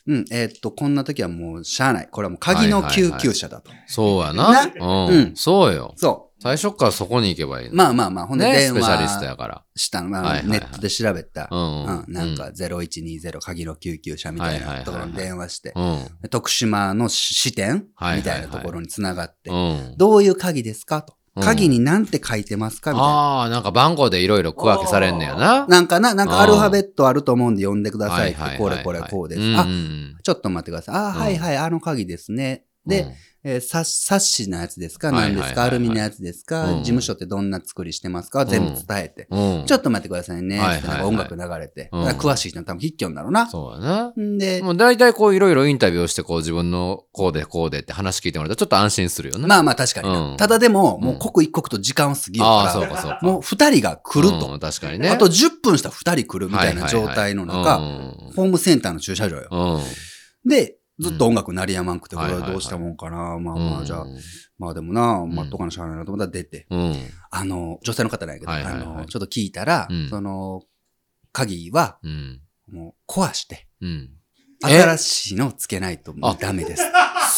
Speaker 1: うん、えーっと、こんな時はもう、しゃあない。これはもう鍵の救急車だと。
Speaker 2: そうやな。う
Speaker 1: うん
Speaker 2: ん。そうよ。
Speaker 1: そ。
Speaker 2: 最初からそこに行けばいいうの。
Speaker 1: まあまあまあ、ほんで
Speaker 2: ね、ス
Speaker 1: 電
Speaker 2: ペシャリストや
Speaker 1: 話
Speaker 2: から。
Speaker 1: したの、まあ
Speaker 2: はいはいはい
Speaker 1: ネットで調べた
Speaker 2: う。ん
Speaker 1: うん
Speaker 2: うん。、
Speaker 1: なんか0120鍵の救急車みたいなところに電話して
Speaker 2: う、ん。
Speaker 1: 徳島の支店
Speaker 2: はいはいはい
Speaker 1: みたいなところにつながって
Speaker 2: う、ん。
Speaker 1: どういう鍵ですかと
Speaker 2: う。ん
Speaker 1: 鍵になんて書いてますかみたいな。
Speaker 2: ああ、なんか番号でいろいろ区分けされんねやな。
Speaker 1: なんかな、なんかアルファベットあると思うんで呼んでくださいって
Speaker 2: はいはいはいはい
Speaker 1: これこれこうです。
Speaker 2: んん
Speaker 1: あ、ちょっと待ってください。あ、
Speaker 2: うん
Speaker 1: はいはい、あの鍵ですね。
Speaker 2: うん
Speaker 1: で、、えーサッサッシのやつですか
Speaker 2: はいはい
Speaker 1: 何
Speaker 2: はい
Speaker 1: ですかアルミのやつですか
Speaker 2: うん
Speaker 1: 事務所ってどんな作りしてますか全部伝えて。
Speaker 2: うん。
Speaker 1: ちょっと待ってくださいね。
Speaker 2: は
Speaker 1: っ
Speaker 2: いはい
Speaker 1: て
Speaker 2: はい
Speaker 1: なんか音楽流れて。
Speaker 2: うん
Speaker 1: だから詳しい人は多分必挙んだろうな。
Speaker 2: そうやな。
Speaker 1: んで、
Speaker 2: もう大体こういろいろインタビューをしてこう自分のこうでこうでって話聞いてもらったらちょっと安心するよな。
Speaker 1: まあまあ確かにな
Speaker 2: うん
Speaker 1: ただでも、もううん刻一刻と時間を過ぎる
Speaker 2: ああ、そう
Speaker 1: か、。
Speaker 2: かそうから
Speaker 1: もう二人が来る
Speaker 2: う
Speaker 1: と。
Speaker 2: ん確かにね。
Speaker 1: あと10分したら二人来るみたいな状態の
Speaker 2: はいはい
Speaker 1: 中、
Speaker 2: はい
Speaker 1: ホームセンターの駐車場よ。
Speaker 2: うん。うん
Speaker 1: で、ずっと音楽鳴りやまんくて、
Speaker 2: うん
Speaker 1: これ
Speaker 2: はい
Speaker 1: は
Speaker 2: はいは
Speaker 1: ど
Speaker 2: い
Speaker 1: うしたもんかな。まあ
Speaker 2: うん
Speaker 1: まあ、じゃあ、まあでもな、待っとかなしゃあないなと思ったら出て。
Speaker 2: うん。
Speaker 1: あの、女性の方なんやけど、
Speaker 2: はいはいはい
Speaker 1: あの、ちょっと聞いたら、
Speaker 2: うん
Speaker 1: その、鍵は、
Speaker 2: うん。
Speaker 1: もう壊して、
Speaker 2: うん。え
Speaker 1: 新しいのをつけないともう
Speaker 2: あ
Speaker 1: ダメです。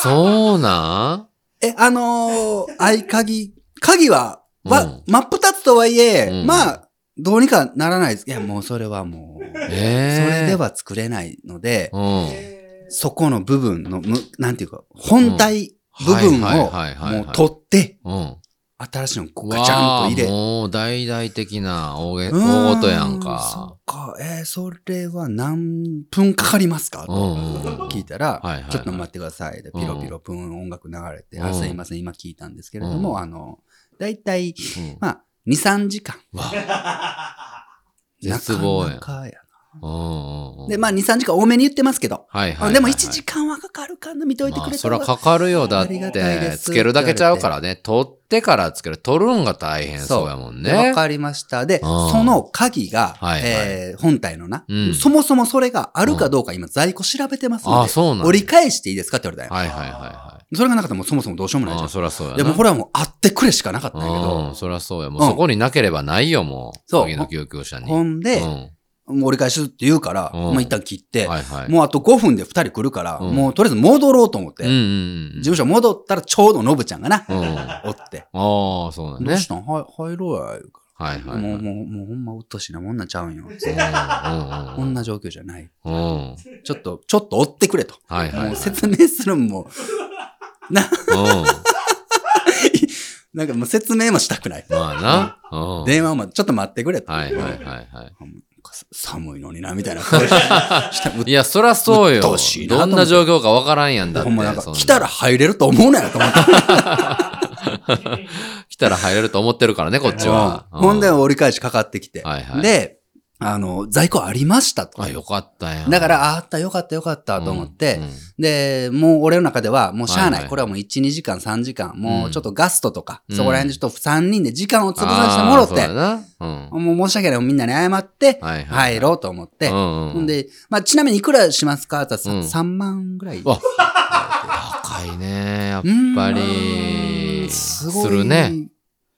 Speaker 2: そうなん
Speaker 1: え、あのー、合鍵、鍵は、は、
Speaker 2: う
Speaker 1: 真っ二つとはいえ、
Speaker 2: うん
Speaker 1: まあ、どうにかならないです。いや、もうそれはもう、
Speaker 2: ええ
Speaker 1: それでは作れないので、
Speaker 2: うん。
Speaker 1: そこの部分の、むなんていうか、本体部分
Speaker 2: はい
Speaker 1: を、
Speaker 2: はいはいはいはい
Speaker 1: もう取って、
Speaker 2: うん。
Speaker 1: 新しいのをガチャンと入れ
Speaker 2: うわあもう大々的な大げ、
Speaker 1: うーん
Speaker 2: 大事やん
Speaker 1: そ
Speaker 2: か
Speaker 1: っ。か。えーそれは何分かかりますか
Speaker 2: う
Speaker 1: と
Speaker 2: ん。
Speaker 1: 聞いたら、
Speaker 2: はいはいはい
Speaker 1: ちょっと待ってください。でピロピロプン音楽流れて、
Speaker 2: う
Speaker 1: あ
Speaker 2: ん
Speaker 1: すいません、今聞いたんですけれども、
Speaker 2: うん
Speaker 1: あの、だいたい、
Speaker 2: うん
Speaker 1: まあ、2、3時間。
Speaker 2: 絶望やん
Speaker 1: なかなかや
Speaker 2: うんうんう
Speaker 1: なんで、まあ、2、3時間多めに言ってますけど。
Speaker 2: はいはいはいはい
Speaker 1: でも1時間はかかるかな、見といて
Speaker 2: ま
Speaker 1: く
Speaker 2: あ、
Speaker 1: れ
Speaker 2: そ
Speaker 1: た
Speaker 2: り
Speaker 1: ら。
Speaker 2: ゃかかるよ。だっ
Speaker 1: ありがたいで
Speaker 2: て、
Speaker 1: す
Speaker 2: つけるだけちゃうからね。取ってからつける。取るんが大変そうやもん
Speaker 1: でわ
Speaker 2: ね。
Speaker 1: かりました。で、
Speaker 2: ん
Speaker 1: その鍵が、
Speaker 2: はいはい
Speaker 1: えー本体のな、
Speaker 2: うん
Speaker 1: そもそもそれがあるかどうか今在庫調べてますので、
Speaker 2: ああ、そうなんだ
Speaker 1: 折り返していいですかって言われたよ。
Speaker 2: はいはいはいはい。
Speaker 1: それがなかったらもうそもそもどうしようもないじ
Speaker 2: あ
Speaker 1: ゃ
Speaker 2: あ、そりゃそうや
Speaker 1: ん。
Speaker 2: な。
Speaker 1: でもこれはもうあってくれしかなかったんやけ
Speaker 2: うん、
Speaker 1: ど。
Speaker 2: そりゃそうや。もう
Speaker 1: うん
Speaker 2: そこになければないよ、もう。
Speaker 1: そう
Speaker 2: 次の救急車に。
Speaker 1: ほんで、
Speaker 2: うん
Speaker 1: もう折り返すって言うから、
Speaker 2: うん
Speaker 1: まあ一旦切って、
Speaker 2: はいはい。
Speaker 1: もうあと5分で2人来るから、
Speaker 2: うん
Speaker 1: もうとりあえず戻ろうと思って、
Speaker 2: う
Speaker 1: 事
Speaker 2: んうんうん。
Speaker 1: 務所戻ったらちょうどノブちゃんがな、
Speaker 2: うん。あ
Speaker 1: おって。
Speaker 2: あ、そうだ
Speaker 1: どう
Speaker 2: ね。
Speaker 1: したんはい入ろうや、言うか
Speaker 2: はい
Speaker 1: ら。
Speaker 2: はい。
Speaker 1: もう、
Speaker 2: うん
Speaker 1: もう、もうほんま鬱陶しいなもんなんちゃうんよ。こ
Speaker 2: うんん
Speaker 1: な状況じゃない。
Speaker 2: うん。うん。
Speaker 1: ちょっと、ちょっと追ってくれと。
Speaker 2: はいはいはい。
Speaker 1: もう説明するんも、
Speaker 2: うん。
Speaker 1: なんかもう説明もしたくない。
Speaker 2: まあな。うん。
Speaker 1: 電話もちょっと待ってくれと。
Speaker 2: はいはいはい
Speaker 1: うん
Speaker 2: は
Speaker 1: 寒いのにな、みたいな顔してした。
Speaker 2: い。いや、そりゃそうよ
Speaker 1: 鬱陶しい。なと
Speaker 2: どん
Speaker 1: 思っ
Speaker 2: な
Speaker 1: て
Speaker 2: 状況かわからんやんだって。
Speaker 1: ほんまなんか
Speaker 2: そ
Speaker 1: 来たら入れると思うなよと思った。
Speaker 2: 来たら入れると思ってるからね、こっちは。
Speaker 1: うん ほんで
Speaker 2: は
Speaker 1: 折り返しかかってきて。
Speaker 2: いはい。、
Speaker 1: で、あの、在庫ありましたと
Speaker 2: あ、。よかったやん。
Speaker 1: だから、ああったよかったよかったと思って、
Speaker 2: うん、うん
Speaker 1: で、もう俺の中では、もうしゃあない。
Speaker 2: はいはい
Speaker 1: これはもう1、2時間、3時間、もううんちょっとガストとか、
Speaker 2: うん
Speaker 1: そこら辺でちょっと3人で時間を潰させてもろ
Speaker 2: あーそう
Speaker 1: て、
Speaker 2: やな。うん。
Speaker 1: もう申し訳ない。みんなに謝って、
Speaker 2: はいはいはい
Speaker 1: 入ろうと思って。
Speaker 2: うん
Speaker 1: ほ
Speaker 2: うん
Speaker 1: んで、まあ、ちなみにいくらしますかって
Speaker 2: うん
Speaker 1: 言ったら3万ぐらい。
Speaker 2: わ高いね、やっ
Speaker 1: うん
Speaker 2: ぱり。
Speaker 1: すごい。
Speaker 2: るね。。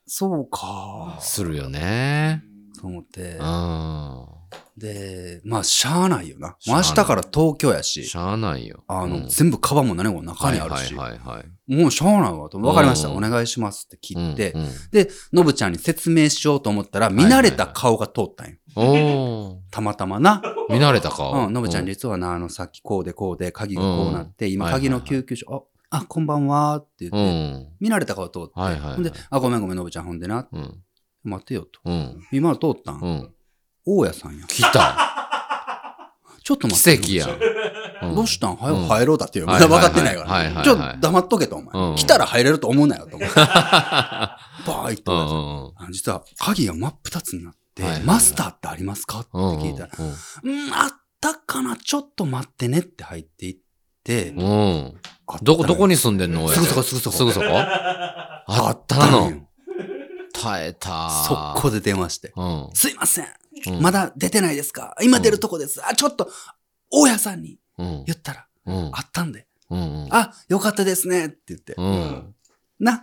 Speaker 1: そうか。
Speaker 2: するよね。
Speaker 1: と思って
Speaker 2: うん。し。ゃ
Speaker 1: で、まあ、しゃあないよな。
Speaker 2: しゃあ
Speaker 1: もう明
Speaker 2: ない
Speaker 1: 日から東京やし、
Speaker 2: あないよ。
Speaker 1: あ
Speaker 2: うん
Speaker 1: の、全部カバンも何も中にあるし、
Speaker 2: はいはいはいはい。
Speaker 1: もうしゃあないわと。わかりました。
Speaker 2: う
Speaker 1: お
Speaker 2: ん
Speaker 1: 願いしますって切って
Speaker 2: う、んうん
Speaker 1: で、のぶちゃんに説明しようと思ったら、見慣れた顔が通ったんよ。
Speaker 2: お
Speaker 1: たまたまな。
Speaker 2: ー見慣れた顔。
Speaker 1: うん、のぶちゃん、
Speaker 2: う
Speaker 1: 実はな、あの、さっきこうでこうで、鍵がこうなって、今、
Speaker 2: はいはい
Speaker 1: 鍵の救急車、あ、あ、こんばんはって言っ
Speaker 2: う
Speaker 1: て、
Speaker 2: ん。
Speaker 1: 見慣れた顔通って、
Speaker 2: はいはいはい
Speaker 1: ほんで、あ、ごめんごめん、のぶちゃん、ほんでな、
Speaker 2: うん。
Speaker 1: 待てよと。
Speaker 2: うん。
Speaker 1: 今の通った
Speaker 2: うんん。
Speaker 1: 大家さんや。
Speaker 2: 来た。
Speaker 1: ちょっと待っ
Speaker 2: 奇
Speaker 1: て。
Speaker 2: 跡やん。うん
Speaker 1: どうしたん早く
Speaker 2: うん
Speaker 1: 入ろうだってよ。
Speaker 2: は
Speaker 1: ま
Speaker 2: い
Speaker 1: だ
Speaker 2: はいはい
Speaker 1: 分かってないか
Speaker 2: はいはいは
Speaker 1: ら。
Speaker 2: い
Speaker 1: ちょっと黙っとけと、お
Speaker 2: うん
Speaker 1: 前。来たら入れると思うなよ、と思って。バーイって
Speaker 2: う
Speaker 1: 言
Speaker 2: んう
Speaker 1: われて
Speaker 2: んうん。
Speaker 1: あ実は、鍵が真っ二つになって
Speaker 2: はいはいは、い
Speaker 1: マスターってありますかって
Speaker 2: うん
Speaker 1: 聞いたら、
Speaker 2: う
Speaker 1: うん、あったかなちょっと待ってねって入っていって、
Speaker 2: んうん。うん
Speaker 1: あったのよ
Speaker 2: どこ、どこに住んでんの
Speaker 1: すぐそこすぐそこ
Speaker 2: すぐそこあ
Speaker 1: あ
Speaker 2: っ
Speaker 1: ったた
Speaker 2: の
Speaker 1: の。よ。
Speaker 2: 耐えた。
Speaker 1: 速攻で電話して。
Speaker 2: うん。
Speaker 1: すいません。
Speaker 2: うん
Speaker 1: まだ出てないですか今出るとこです。あ、ちょっと、大家さんに
Speaker 2: うん。
Speaker 1: 言ったら、
Speaker 2: うん。
Speaker 1: あったんで。
Speaker 2: うん。
Speaker 1: あ、よかったですね。って言って。
Speaker 2: うん。
Speaker 1: な、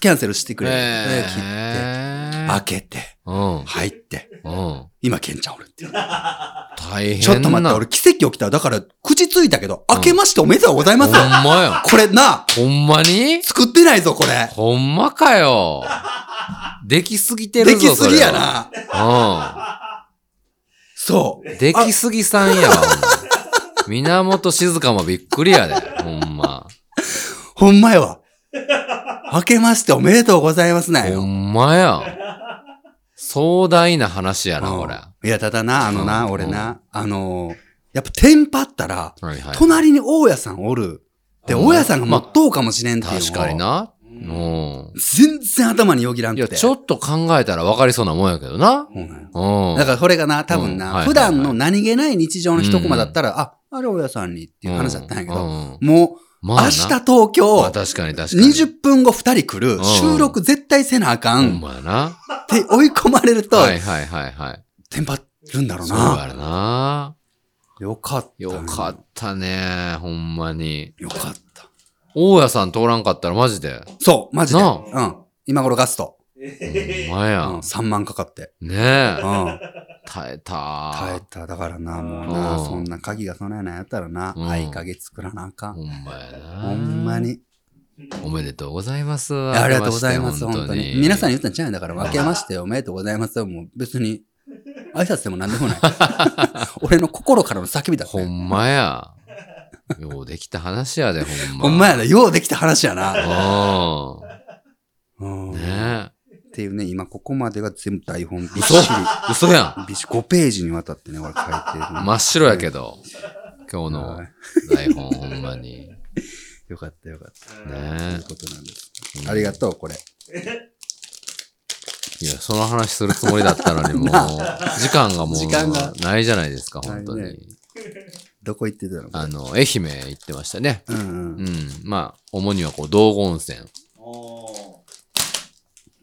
Speaker 1: キャンセルしてくれ。
Speaker 2: え
Speaker 1: で
Speaker 2: え。
Speaker 1: 切って、開けて、
Speaker 2: うん。
Speaker 1: 入って、
Speaker 2: うん。
Speaker 1: 今、ケンちゃんおるっていう。
Speaker 2: 大変な。
Speaker 1: ちょっと待って、俺奇跡起きた。だから、口ついたけど、
Speaker 2: ん
Speaker 1: 開けましておめでとうございます。
Speaker 2: ほんまや。
Speaker 1: これな、
Speaker 2: ほんまに
Speaker 1: 作ってないぞ、これ。
Speaker 2: ほんまかよ。できすぎてる
Speaker 1: で
Speaker 2: ぞ。
Speaker 1: きすぎや
Speaker 2: それは。
Speaker 1: な。
Speaker 2: う
Speaker 1: そ
Speaker 2: ん。できすぎさんやわ。ほんま源静香もびっくりやで。ほんま。
Speaker 1: う。ほんまやわ。開けましておめでとうございますな
Speaker 2: ほ
Speaker 1: よ。
Speaker 2: んまや。壮大な話やな、
Speaker 1: うん
Speaker 2: これ。はい
Speaker 1: や、ただな、あの
Speaker 2: う
Speaker 1: な、
Speaker 2: ん
Speaker 1: 俺な、あのー、やっぱテンパったら、
Speaker 2: いはい。
Speaker 1: 隣に大家さんおる。で、
Speaker 2: うん
Speaker 1: 大家さんがもっとうかもしれんっていうのを
Speaker 2: 確かに。な。
Speaker 3: う
Speaker 2: うんん。
Speaker 1: 全然頭によぎらん
Speaker 2: い
Speaker 1: く
Speaker 2: や、
Speaker 1: て。
Speaker 2: ちょっと考えたら分かりそうなもんやけどな。
Speaker 1: そうなんよ
Speaker 2: うん。
Speaker 1: だからこれがな、多分
Speaker 2: うんはいはいは
Speaker 1: な、
Speaker 2: い
Speaker 1: 普段の何気ない日常の一コマだったら、あ、あれ大家さんにっていう話だったんやけ
Speaker 2: う
Speaker 1: ど、
Speaker 2: ん
Speaker 1: もう、
Speaker 2: ま
Speaker 1: 明
Speaker 2: あな、
Speaker 1: 日東
Speaker 2: まあ
Speaker 1: 京、
Speaker 2: 確かに確かに。
Speaker 1: 20分後2人来
Speaker 2: う
Speaker 1: る、
Speaker 2: ん
Speaker 1: 収録絶対せなあか
Speaker 2: ほ
Speaker 1: ん
Speaker 2: んまやな。
Speaker 1: って追い込まれると、
Speaker 2: はいはいはいはい。
Speaker 1: テンパるんだろう
Speaker 2: そう
Speaker 1: な。
Speaker 2: やろな。
Speaker 1: よかった。
Speaker 2: よか
Speaker 1: た。
Speaker 2: ったね。ほんまに。
Speaker 1: よかった。
Speaker 2: 大家さん通らんかったらマジで。
Speaker 1: そう、マジで。
Speaker 2: な
Speaker 1: う
Speaker 2: あ
Speaker 1: ん。今頃ガスト。
Speaker 2: ほんま
Speaker 1: う
Speaker 2: や
Speaker 1: ん。。3万かかって。う
Speaker 2: ね
Speaker 1: ん。
Speaker 2: え。耐え
Speaker 1: 耐え
Speaker 2: た。
Speaker 1: た。だからな、もうな、
Speaker 2: うん
Speaker 1: そんな鍵がそんなやなやったらな、
Speaker 2: うん
Speaker 1: 合鍵作らなあかん。
Speaker 2: ほんまやな。
Speaker 1: ほんま。に。
Speaker 2: おめでとうございます。
Speaker 1: いやありがとうございます、本当に。皆さんに言ったんちゃうんだから、分けましておめでとうございます。もう別に、挨拶でも何でもない。俺の心からの叫びだ、
Speaker 2: ほ
Speaker 1: ね。
Speaker 2: んまや。ようできた話やで、ほんま。
Speaker 1: ほんまやな、ようできた話やな。
Speaker 2: う。
Speaker 1: うんん
Speaker 2: ねえ。
Speaker 1: っていうね、今ここまでが全部台本びっしり、
Speaker 2: 嘘やん。
Speaker 1: びっしり5ページにわたってね、俺書いてる。
Speaker 2: 真っ白やけど。今日
Speaker 1: は
Speaker 2: の
Speaker 1: い
Speaker 2: 台本、ほんまに。ね
Speaker 1: よかったよかった。とい
Speaker 2: え
Speaker 1: う。ことなんです。
Speaker 2: う ん
Speaker 1: ありがとう、これ。
Speaker 2: いや、その話するつもりだったのに、 もう、時間がも
Speaker 1: 時間が
Speaker 2: う、ないじゃないですか、本当
Speaker 1: ない
Speaker 2: に。
Speaker 1: どこ行ってたの
Speaker 2: あの、愛媛行ってましたね。
Speaker 1: うんう。
Speaker 2: うんん。まあ、主にはこう、道後温泉。
Speaker 3: お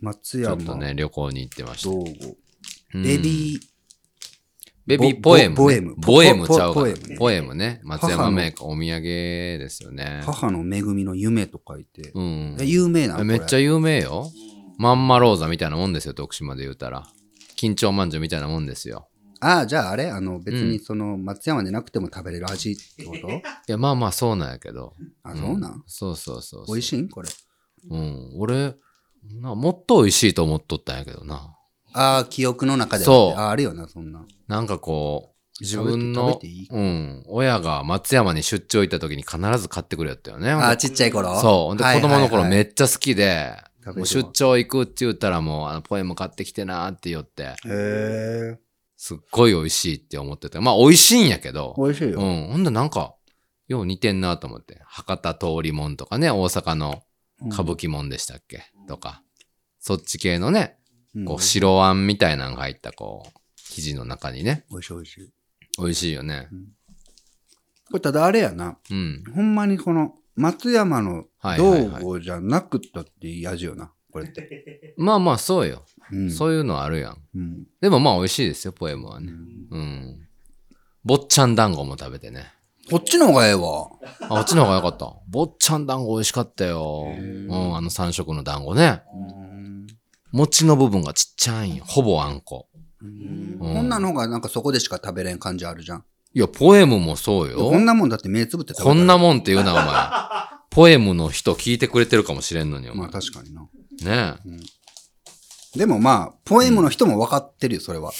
Speaker 1: 松
Speaker 2: ちょ
Speaker 1: 山、
Speaker 2: っとね、旅行に行ってました。
Speaker 1: 道後。
Speaker 2: うん
Speaker 1: ベビー、
Speaker 2: ベビー
Speaker 1: ボ
Speaker 2: ポエムね。
Speaker 1: ボエム
Speaker 2: ボエムちゃうか
Speaker 1: ポ
Speaker 2: な
Speaker 1: ポポエムね
Speaker 2: ポエムね。松山メーカーお土産ですよね。
Speaker 1: 母の恵みの夢と書いて。
Speaker 2: うん。
Speaker 1: え有名なの
Speaker 2: めっちゃ
Speaker 1: ゃ。
Speaker 2: 有名よ。
Speaker 3: ー
Speaker 2: まんまローザみたいなもんですよ、徳島で言うたら。緊張まんじゅうみたいなもんですよ。
Speaker 1: ああ、じゃああれあの、別
Speaker 2: うん
Speaker 1: にその、松山でなくても食べれる味ってこと、
Speaker 2: いや、まあまあそうなんやけど。
Speaker 1: あ、そうなん、
Speaker 2: そうそうそうそう。
Speaker 1: 美味しいんこれ。
Speaker 2: うん、俺、な、もっと美味しいと思っとったんやけどな。
Speaker 1: ああ、記憶の中ではね。
Speaker 2: そう
Speaker 1: ああるよな、そんな。
Speaker 2: なんかこう、自
Speaker 1: 食べて
Speaker 2: 分の
Speaker 1: 食べていい、
Speaker 2: うん、親が松山に出張行った時に必ず買ってくれよったよね。
Speaker 1: ああ、ちっちゃい頃
Speaker 2: そう。ほんで子供の頃め
Speaker 1: っ
Speaker 2: っちゃ好きで、
Speaker 1: 食べて
Speaker 2: もう
Speaker 1: も
Speaker 2: 出張行くって言ったらもう、あの、ポエム買ってきてなーって言って、
Speaker 1: ちゃ。へえ。
Speaker 2: すっごい美味しいって思ってた。まあ美味しいんやけど、
Speaker 1: 美味しいうよ。
Speaker 2: ん、ほんでなんか、よう似てんなと思って。博多通りもんとかね、大阪の歌舞伎もんでしたっけ、
Speaker 3: うん
Speaker 2: とか、そっち系のね、
Speaker 1: うん
Speaker 2: こう、白あんみたいなのが入った、こう、生地の中にね。
Speaker 1: 美味しい美味しい。
Speaker 2: 美味しいよね。
Speaker 1: これただあれやな。
Speaker 2: うん。
Speaker 1: ほんまにこの、松山の
Speaker 2: はいはい
Speaker 1: 道
Speaker 2: はい
Speaker 1: 後じゃなくったっていい味よな。これって。
Speaker 2: まあまあ、そうよ。
Speaker 1: うん。
Speaker 2: そういうのあるやん。
Speaker 1: うん。
Speaker 2: でもまあ、美味しいですよ、ポエムはね。うん。坊っちゃん団子も食べてね。
Speaker 1: こっちの方がええわ。
Speaker 2: あ、こっちの方が良か った。坊っちゃん団子美味しかったよ。うん、あの三色の団子ね。
Speaker 1: うん。
Speaker 2: 餅の部分がちっちゃいんよ。ほぼあんこ。
Speaker 1: うんこんなのがなんかそこでしか食べれん感じあるじゃん。
Speaker 2: いや、ポエムもそうよ。
Speaker 1: こんなもんだって目つぶって食べた
Speaker 2: こんな
Speaker 1: も
Speaker 2: もんって言う な、お前。ポエムの人聞いてくれてるかもしれんのに、お
Speaker 1: まあ
Speaker 2: 前。
Speaker 1: 確かにな。
Speaker 2: ねえ。
Speaker 1: でもまあ、ポエムの人も分かってるよ、そ れは。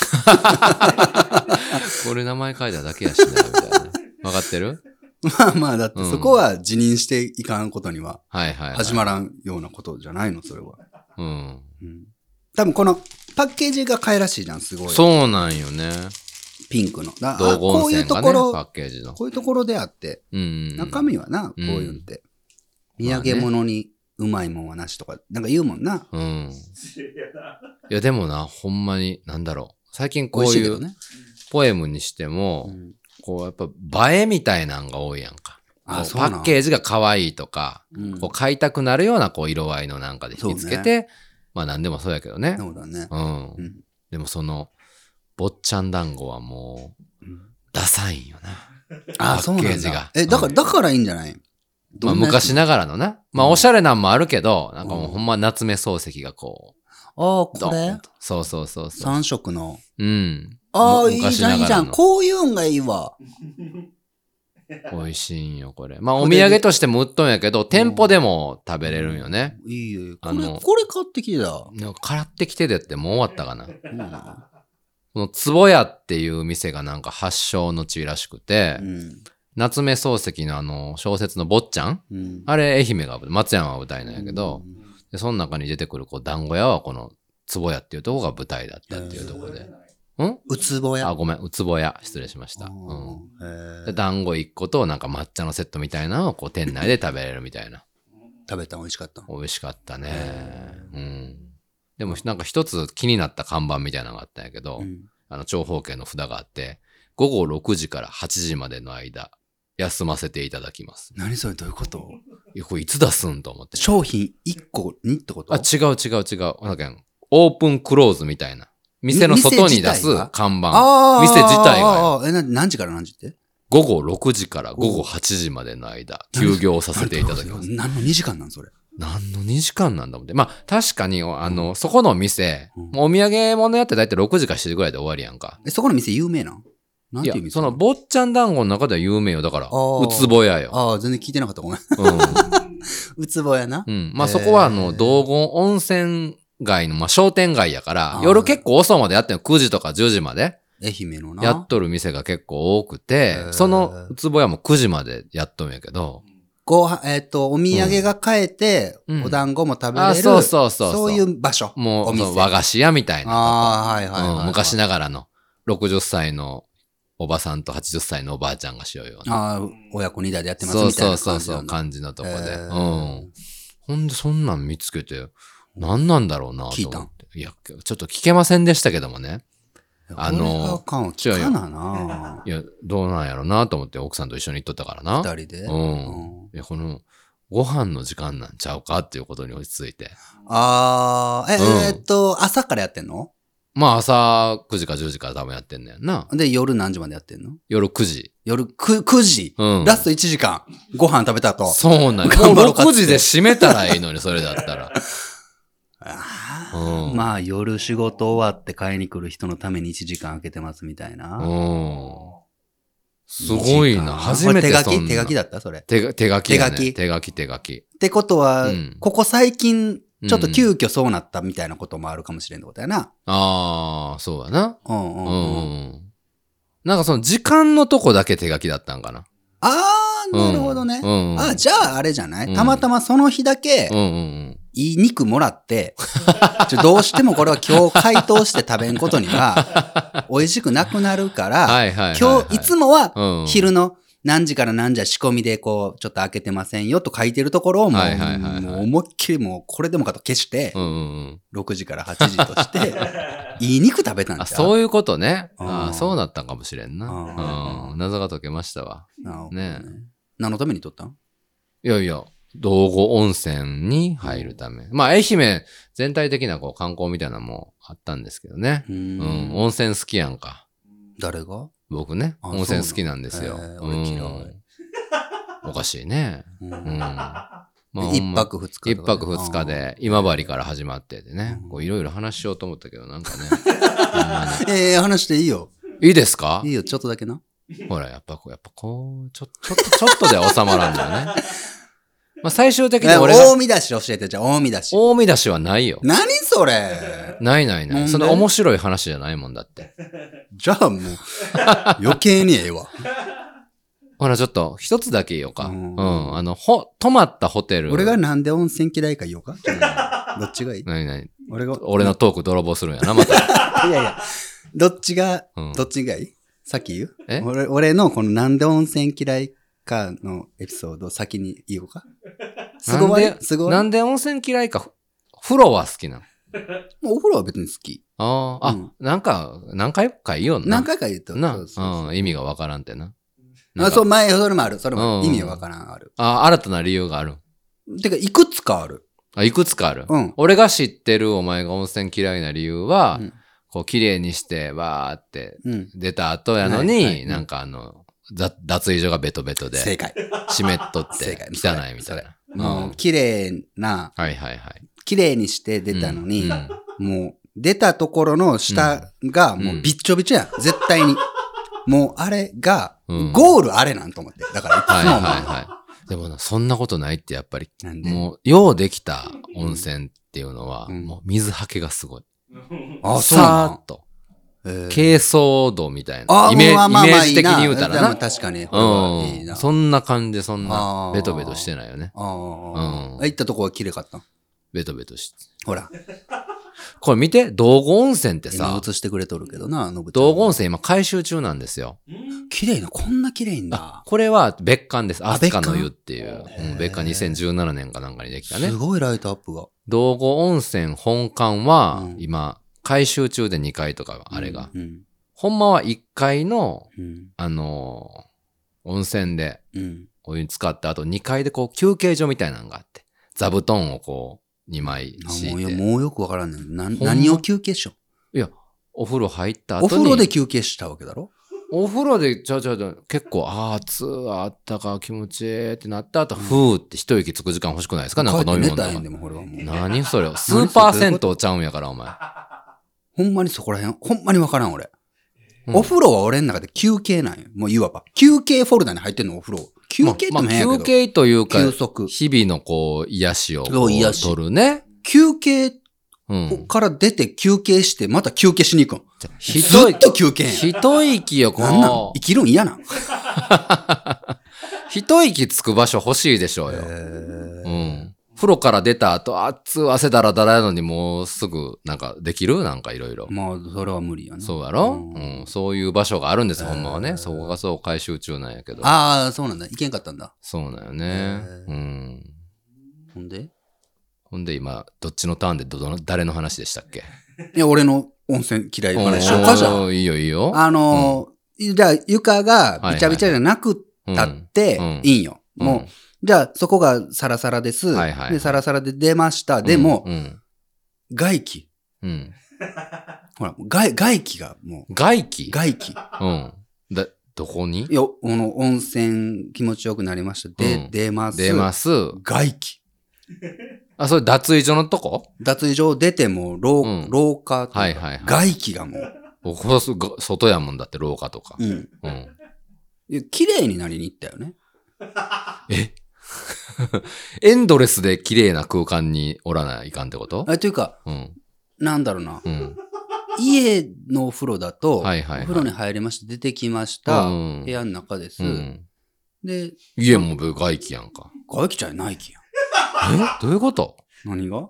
Speaker 2: これ名前書いただけやしな、みたいな。わかってる
Speaker 1: まあまあ、だってそこは辞任していかんことには
Speaker 2: はいはい、はい。
Speaker 1: 始まらんようなことじゃないの、それは。
Speaker 2: うん。
Speaker 1: うん。多分このパッケージが可愛らしいじゃん、すごい。
Speaker 2: そうなんよね。
Speaker 1: ピンクの。だ
Speaker 2: 道後
Speaker 1: こ
Speaker 2: 温
Speaker 1: ういう
Speaker 2: 泉
Speaker 1: と
Speaker 2: が
Speaker 1: こ
Speaker 2: ね、パッ
Speaker 1: ろ、
Speaker 2: ケージの。
Speaker 1: こういうところであって、
Speaker 2: うん。
Speaker 1: 中身はな、こういうのって。土産物にうまいもんはなしとか、なんか言うもんな。
Speaker 2: うん。
Speaker 3: いやない
Speaker 2: や、でもな、ほんまに、なんだろう。最近こ
Speaker 1: 美
Speaker 2: う
Speaker 1: 味しい
Speaker 2: い
Speaker 1: けど
Speaker 2: う
Speaker 1: ね。
Speaker 2: ポエムにしても、
Speaker 1: うん
Speaker 2: こうやっぱ映えみたいなんが多いやんか。
Speaker 1: あ
Speaker 2: こう
Speaker 1: そう
Speaker 2: パ
Speaker 1: なん
Speaker 2: ッケージが可愛いとか、
Speaker 1: うん
Speaker 2: こう買いたくなるようなこう色合いのなんかで引きつけて、まあ何でもそうやけどね。
Speaker 1: そうだね。
Speaker 2: うん。
Speaker 1: うん
Speaker 2: でもその、坊っちゃん団子はもう、ダサいんよな。
Speaker 1: あ、
Speaker 2: パ
Speaker 1: そう
Speaker 2: ッ
Speaker 1: なん
Speaker 2: ケ
Speaker 1: だ
Speaker 2: ージが
Speaker 1: え、だから、だからいいんじゃない
Speaker 2: まあ昔
Speaker 1: な。
Speaker 2: ながらのな。まあ
Speaker 1: うん
Speaker 2: おしゃれなんもあるけど、なんかもううんほんま夏目漱石がこ
Speaker 1: ああ、
Speaker 2: う、
Speaker 1: こ
Speaker 2: ー
Speaker 1: れ
Speaker 2: ンと。そうそうそうそう。
Speaker 1: 三色の。
Speaker 2: うん。
Speaker 1: あ
Speaker 2: も
Speaker 1: あ、いいじゃん、いいじゃん。
Speaker 2: 昔なが
Speaker 1: こういうんがいいわ。
Speaker 2: らの美味しいんよ、これ。まあお土産としても売っとんやけど、店舗でも食べれるんよね。
Speaker 1: いいよ。こ
Speaker 2: あ
Speaker 1: れ、
Speaker 2: の
Speaker 1: これ買ってきてた。
Speaker 2: なんか、からってきてでってもう終わったかな。
Speaker 1: うん
Speaker 2: この壺屋っていう店がなんか発祥の地らしくて、
Speaker 1: うん。
Speaker 2: 夏目漱石のあの小説の坊っちゃん
Speaker 1: うん。
Speaker 2: あれ愛媛が松山が舞台なんやけど、
Speaker 1: うん
Speaker 2: でその中に出てくるこう団子屋はこの壺屋っていうとこが舞台だったっていうとこで。うん
Speaker 1: うつぼや。
Speaker 2: あ、ごめん、うつぼ屋。失礼しました。うん。
Speaker 1: うんへ
Speaker 2: で
Speaker 1: え
Speaker 2: 団子1個となんか抹茶のセットみたいなのをこう店内で食べれるみたいな。
Speaker 1: 食べたの美味しかった。
Speaker 2: 美味しかったね。うん。でもなんか一つ気になった看板みたいなのがあったんやけど、
Speaker 1: うん
Speaker 2: あの長方形の札があって、午後6時から8時までの間、休ませていただきます。
Speaker 1: 何それどういうこと
Speaker 2: いやこれいつ出すんと思って。
Speaker 1: 商品1個にってこと
Speaker 2: あ、違う違う違う。なんかオープンクローズみたいな。店の外に出す
Speaker 1: 店自体が
Speaker 2: 看板。
Speaker 1: あー
Speaker 2: 店自体がよ
Speaker 1: あーえ、な何時から何時って
Speaker 2: 午後6時から午後8時までの間、休業させていただきます。
Speaker 1: 何の2時間なんそれ。
Speaker 2: 何の2時間なんだもんって。まあ、確かに、あの、そこの店、
Speaker 1: うん
Speaker 2: もうお土産物やって大体6時から7時ぐらいで終わりやんか。
Speaker 1: え、そこの店有名なんなんて
Speaker 2: いや
Speaker 1: いう店、
Speaker 2: その、坊っちゃん団子の中では有名よ。だから、
Speaker 1: あー
Speaker 2: うつぼ屋よ。
Speaker 1: ああ、全然聞いてなかった。ごめん。
Speaker 2: うん。
Speaker 1: うつぼやな
Speaker 2: う。ん。まあ
Speaker 1: へー
Speaker 2: そこは、あの、道後温泉街の、まあ商店街やから
Speaker 1: あ、ー
Speaker 2: 夜結構遅までやってんの、9時とか10時まで
Speaker 1: 愛媛のな。
Speaker 2: やっとる店が結構多くて
Speaker 1: へ、ー
Speaker 2: その、うつぼ屋も9時までやっとんやけど、
Speaker 1: ごはえっ、と、お土産が買えて、
Speaker 2: うん
Speaker 1: お団子も食べれる。
Speaker 2: あ、そうそうそう。
Speaker 1: そういう場所。
Speaker 2: も
Speaker 1: お
Speaker 2: う、
Speaker 1: 店
Speaker 2: その和菓子屋みたいな
Speaker 1: ああ、はい
Speaker 2: と
Speaker 1: はいはい、
Speaker 2: こ。
Speaker 1: は
Speaker 2: う
Speaker 1: い
Speaker 2: ん昔ながらの、60歳のおばさんと80歳のおばあちゃんがしようような。
Speaker 1: ああ、親子二代でやってます
Speaker 2: そう
Speaker 1: みたい
Speaker 2: そ
Speaker 1: な
Speaker 2: うそう
Speaker 1: 感じ
Speaker 2: そ
Speaker 1: な
Speaker 2: う、
Speaker 1: んだ。
Speaker 2: 感じのとこで。う
Speaker 1: へー
Speaker 2: ん。ほんで、そんなん見つけて、何なんだろうなと思って。
Speaker 1: 聞いたん
Speaker 2: いや、ちょっと聞けませんでしたけどもね。あのー
Speaker 1: 俺があかんわ聞かなない
Speaker 2: や、どうなんやろなと思って奥さんと一緒に行っとったからな。
Speaker 1: 二人で。
Speaker 2: うん。いや、この、ご飯の時間なんちゃうかっていうことに落ち着いて。
Speaker 1: ああ、え、
Speaker 2: うん
Speaker 1: えーっと、朝からやってんの
Speaker 2: まあ、朝9時か10時から多分やってんねんな。
Speaker 1: で、夜何時までやってんの
Speaker 2: 夜9時。
Speaker 1: 夜 9, 9時、
Speaker 2: うん
Speaker 1: ラスト1時間、ご飯食べた後。
Speaker 2: そうなんや。
Speaker 1: 頑張ろ
Speaker 2: もう
Speaker 1: うかっつ
Speaker 2: 6
Speaker 1: って
Speaker 2: 時で閉めたらいいのに、それだったら。
Speaker 1: あ
Speaker 2: う
Speaker 1: ー
Speaker 2: ん
Speaker 1: まあ、夜仕事終わって買いに来る人のために1時間空けてますみたいな。
Speaker 2: うん。すごいな。初め
Speaker 1: こ
Speaker 2: て
Speaker 1: れ手
Speaker 2: そ
Speaker 1: 書
Speaker 2: ん
Speaker 1: き
Speaker 2: な
Speaker 1: 手書きだったそれ。っ
Speaker 2: 手が手書きや
Speaker 1: 手書
Speaker 2: ね。
Speaker 1: き
Speaker 2: 手書き、手書き。
Speaker 1: てことは、
Speaker 2: うん
Speaker 1: ここ最近、ちょっと急遽そうなったみたいなこともあるかもしれんってことやな。
Speaker 2: ああ、そうやな。
Speaker 1: うんうん
Speaker 2: う
Speaker 1: うん。
Speaker 2: ん。なんかその時間のとこだけ手書きだったんかな。
Speaker 1: あー、なるほどね。
Speaker 2: うんうん
Speaker 1: あ、じゃああれじゃない、
Speaker 2: うん
Speaker 1: たまたまその日だけ
Speaker 2: う、んうん
Speaker 1: いい肉もらって、 ちょどうしてもこれは今日解凍して食べんことには、 美味しくなくなるから、
Speaker 2: うん。はいはいはい、は
Speaker 1: 今
Speaker 2: い。
Speaker 1: 日、いつもは、
Speaker 2: も
Speaker 1: 昼の何時から何時は仕込みでこう、ちょっと開けてませんよと書いてるところをもう、
Speaker 2: はいはいはいはい
Speaker 1: もう思いっきりもうこれでもかと消 して、
Speaker 2: うんうんうん。
Speaker 1: 6時から8時と して、いい肉食べたん
Speaker 2: あ、
Speaker 1: ちゃう
Speaker 2: そういうことね。
Speaker 1: うん
Speaker 2: あーそうだったんかもしれんな
Speaker 1: う。ん
Speaker 2: うん。謎が解けましたわ。
Speaker 1: なるほど
Speaker 2: ね
Speaker 1: 何のために撮ったん
Speaker 2: いやいや、道後温泉に入るため。まあ、愛媛全体的なこう観光みたいなのもあったんですけどね。
Speaker 1: う
Speaker 2: うんん。温泉好きやんか。
Speaker 1: 誰が、
Speaker 2: 僕ね。
Speaker 1: あ
Speaker 2: 温泉好きなんです
Speaker 1: そ
Speaker 2: よ。
Speaker 1: うなの
Speaker 2: う
Speaker 1: へー俺嫌い
Speaker 2: ん。おかしいね。
Speaker 1: うん
Speaker 2: うん。まあ
Speaker 1: で
Speaker 2: ほ
Speaker 1: 一
Speaker 2: んま
Speaker 1: 泊二日とかね、
Speaker 2: 一泊二日で今治から始まっててね
Speaker 1: うん、
Speaker 2: こういろいろ話しようと思ったけど、なんかね。
Speaker 1: あー。ええ話していいよ。
Speaker 2: いいですか
Speaker 1: いいよ、ちょっとだけな。
Speaker 2: ほら、やっぱこう、やっぱこう、ちょ、ちょっと、ちょっとでは収まらんのよね。 まあ最終的に
Speaker 1: え
Speaker 2: 俺が、
Speaker 1: 大見出し教えて、じゃあ大見出し。
Speaker 2: 大見出しはないよ。
Speaker 1: 何それ
Speaker 2: ないない
Speaker 1: な
Speaker 2: なんい。
Speaker 1: で
Speaker 2: その面白い話じゃないもんだって。
Speaker 1: じゃあ もう、余計にええわ。
Speaker 2: ほら、ちょっと、一つだけ言おうか。う
Speaker 1: うん
Speaker 2: ん。あの、ほ、泊まったホテル。
Speaker 1: 俺がなんで温泉嫌いか言おうかどっちがいい
Speaker 2: 何何
Speaker 1: 俺が。
Speaker 2: 俺のトーク泥棒するんやな、また。
Speaker 1: いやいや。どっちが、
Speaker 2: うん
Speaker 1: どっちがいいさっき言う
Speaker 2: え
Speaker 1: 俺俺のこのなんで温泉嫌いかのエピソードを先に言おうかすごい
Speaker 2: なんです
Speaker 1: ごい
Speaker 2: なんで温泉嫌いか、ふ風呂は好きなの。
Speaker 1: もうお風呂は別に好き。
Speaker 2: ああ、あ、
Speaker 1: うん
Speaker 2: なんか、何回か言おうな。
Speaker 1: 何回か言うと。
Speaker 2: な、
Speaker 1: そうそうそう
Speaker 2: うん、意味がわからんってな。なん
Speaker 1: あ
Speaker 2: か
Speaker 1: そう、前、それもある。それもあ
Speaker 2: うん
Speaker 1: る意味わからんある。
Speaker 2: あ、新たな理由がある。
Speaker 1: てか、いくつかある。
Speaker 2: あ、いくつかある。
Speaker 1: うん。
Speaker 2: 俺が知ってるお前が温泉嫌いな理由は、
Speaker 1: うん
Speaker 2: こう、綺麗にして、わーって
Speaker 1: うん。
Speaker 2: 出た後やのに、
Speaker 1: はいはい
Speaker 2: なんかあの、ざ脱衣所がベトベトで、
Speaker 1: 正解。
Speaker 2: 湿っとっ
Speaker 1: 正
Speaker 2: て
Speaker 1: 解、
Speaker 2: 汚いみた
Speaker 1: そ
Speaker 2: い
Speaker 1: れ
Speaker 2: な。
Speaker 1: も
Speaker 2: うん
Speaker 1: う、綺麗な、
Speaker 2: はいはいはい。
Speaker 1: 綺麗にして出たのに、
Speaker 2: うんうん
Speaker 1: もう、出たところの下が、もう、びっちょびちょ やん。絶対に。もう、あれが、
Speaker 2: うん
Speaker 1: ゴールあれなんと思って。だから、い
Speaker 2: は
Speaker 1: つ
Speaker 2: いは
Speaker 1: も
Speaker 2: い
Speaker 1: 思う
Speaker 2: はい。でもな、そんなことないってやっぱり、
Speaker 1: なんで。
Speaker 2: もう、ようできた温泉っていうのは、
Speaker 1: うん
Speaker 2: もう水はけがすごい。
Speaker 1: あ、そう
Speaker 2: さー
Speaker 1: な
Speaker 2: っと。
Speaker 1: の
Speaker 2: 軽装度みたいな。
Speaker 1: あ
Speaker 2: イメ
Speaker 1: まあ
Speaker 2: イ
Speaker 1: まあ
Speaker 2: メ
Speaker 1: ま
Speaker 2: ー
Speaker 1: あい
Speaker 2: ジ
Speaker 1: い
Speaker 2: 的
Speaker 1: な
Speaker 2: に言うたら
Speaker 1: で
Speaker 2: な
Speaker 1: も。確かに。これはいいな
Speaker 2: うん。そんな感じ、そんな
Speaker 1: あ、ー
Speaker 2: ベトベトしてないよね。
Speaker 1: ああ、
Speaker 2: うん
Speaker 1: 行ったとこは綺麗かったん
Speaker 2: ベトベトして。
Speaker 1: ほら。
Speaker 2: これ見て、道後温泉って
Speaker 1: 今
Speaker 2: さ、
Speaker 1: 映してくれとるけどな、のぶちゃん
Speaker 2: 道後温泉今改修中なんですよ。
Speaker 1: 綺麗な、こんな綺麗んだ。
Speaker 2: これは別館です。
Speaker 1: あ
Speaker 2: アスカの湯っていう
Speaker 3: 別。館
Speaker 2: うん別館2017年かなんかにできたね
Speaker 1: す。ごいライトアップが。
Speaker 2: 道後温泉本館は
Speaker 1: うん
Speaker 2: 今、改修中で2階とか、あれが。
Speaker 1: うん。
Speaker 2: ほんまは1階の、
Speaker 1: うん。
Speaker 2: あのー温泉で
Speaker 1: うん。
Speaker 2: お湯使った後、2階でこう休憩所みたいなのがあって、座布団をこう、2枚
Speaker 1: あも
Speaker 2: 敷
Speaker 1: う
Speaker 2: い
Speaker 1: よ
Speaker 2: て、
Speaker 1: もうよくわからんねん。な
Speaker 2: ほんま
Speaker 1: 何を休憩しよ
Speaker 2: お風呂入った
Speaker 1: う。お
Speaker 2: 後
Speaker 1: 風
Speaker 2: に、
Speaker 1: 呂で休憩したわけだろ
Speaker 2: お風呂で、ちゃうちゃうちゃう、結構、あー暑い、あったか、気持ちいいってなった後、ふーって一息つく時間欲しくないですかなんか飲み
Speaker 1: 寝
Speaker 2: 物と
Speaker 1: た
Speaker 2: か
Speaker 1: いんで。も、ほらもう。
Speaker 2: 何それスーパー銭湯ちゃうんやから、お前。
Speaker 1: ほんまにそこら辺、ほんまにわからん俺。
Speaker 2: うん
Speaker 1: お風呂は俺の中で休憩なんよ。もういわば。休憩フォルダに入ってんの、お風呂。 休憩って
Speaker 2: まあ
Speaker 1: も
Speaker 2: ま
Speaker 1: 変
Speaker 2: あ
Speaker 1: やけど、
Speaker 2: 休憩というか、
Speaker 1: 休息。
Speaker 2: 日々のこう、癒しをこ
Speaker 1: そう癒
Speaker 2: う
Speaker 1: し
Speaker 2: 取るね。
Speaker 1: 休憩
Speaker 2: うん。
Speaker 1: から出て休憩して、また休憩しに行くん。
Speaker 2: ひど
Speaker 1: ず
Speaker 2: い
Speaker 1: っ。と休憩やん。
Speaker 2: 一息よ、こ
Speaker 1: なんなん
Speaker 2: の
Speaker 1: 生、きるん嫌なん。
Speaker 2: 一息つく場所欲しいでしょうよ。うん。風呂から出た後、熱い汗だらだらやのにもうすぐ、なんかできるなんかいろいろ。
Speaker 1: まあ、それは無理やな。
Speaker 2: そうやろ、うん、
Speaker 1: ん
Speaker 2: そういう場所があるんです、
Speaker 1: へー
Speaker 2: ほんまはね。そこがそう回収中なんやけど。
Speaker 1: ああ、そうなんだ。いけんかったんだ。
Speaker 2: そうなんよね。
Speaker 1: へー
Speaker 2: うん。
Speaker 1: ほんで
Speaker 2: ほんで今、どっちのターンでどどの、誰の話でしたっけ
Speaker 1: いや、俺の温泉嫌い話しようかじゃあ
Speaker 2: おーいいよいいよ。
Speaker 1: あのー、じゃあ床がびちゃびちゃじゃなくったって
Speaker 2: うん
Speaker 1: いいんよ。
Speaker 2: うん
Speaker 1: もう、じゃあそこがサラサラです。
Speaker 2: はいはい
Speaker 1: で、サラサラで出ました。でも、
Speaker 2: うん。
Speaker 1: 外気。
Speaker 2: うんうん
Speaker 1: ほら、外、外気がもう、
Speaker 2: 外気
Speaker 1: 外気。い
Speaker 2: うん。だ、どこに
Speaker 1: や、この温泉気持ちよくなりました。で、
Speaker 2: うん
Speaker 1: 出ます。
Speaker 2: 出ます。
Speaker 1: 外気。
Speaker 2: あ、それ脱衣所のとこ
Speaker 1: 脱衣所出ても廊、
Speaker 2: うん
Speaker 1: 廊下とか
Speaker 2: はいはいはい
Speaker 1: 外気がもう、
Speaker 2: 僕はすぐ外やもんだって、廊下とか。
Speaker 1: うん
Speaker 2: うん。
Speaker 1: いや綺麗になりに行ったよね。
Speaker 2: えエンドレスで綺麗な空間におらないかんってこと
Speaker 1: あというか、
Speaker 2: うん。
Speaker 1: なんだろうな。
Speaker 2: うん。
Speaker 1: 家のお風呂だと、
Speaker 2: はいはいは
Speaker 1: お
Speaker 2: い
Speaker 1: 風呂に入りました、出てきました、
Speaker 2: うん
Speaker 1: 部屋の中です。
Speaker 2: うん。
Speaker 1: で、
Speaker 2: 家も外気やんか。
Speaker 1: 外気ちゃんないきやん。
Speaker 2: えどういうこと
Speaker 1: 何が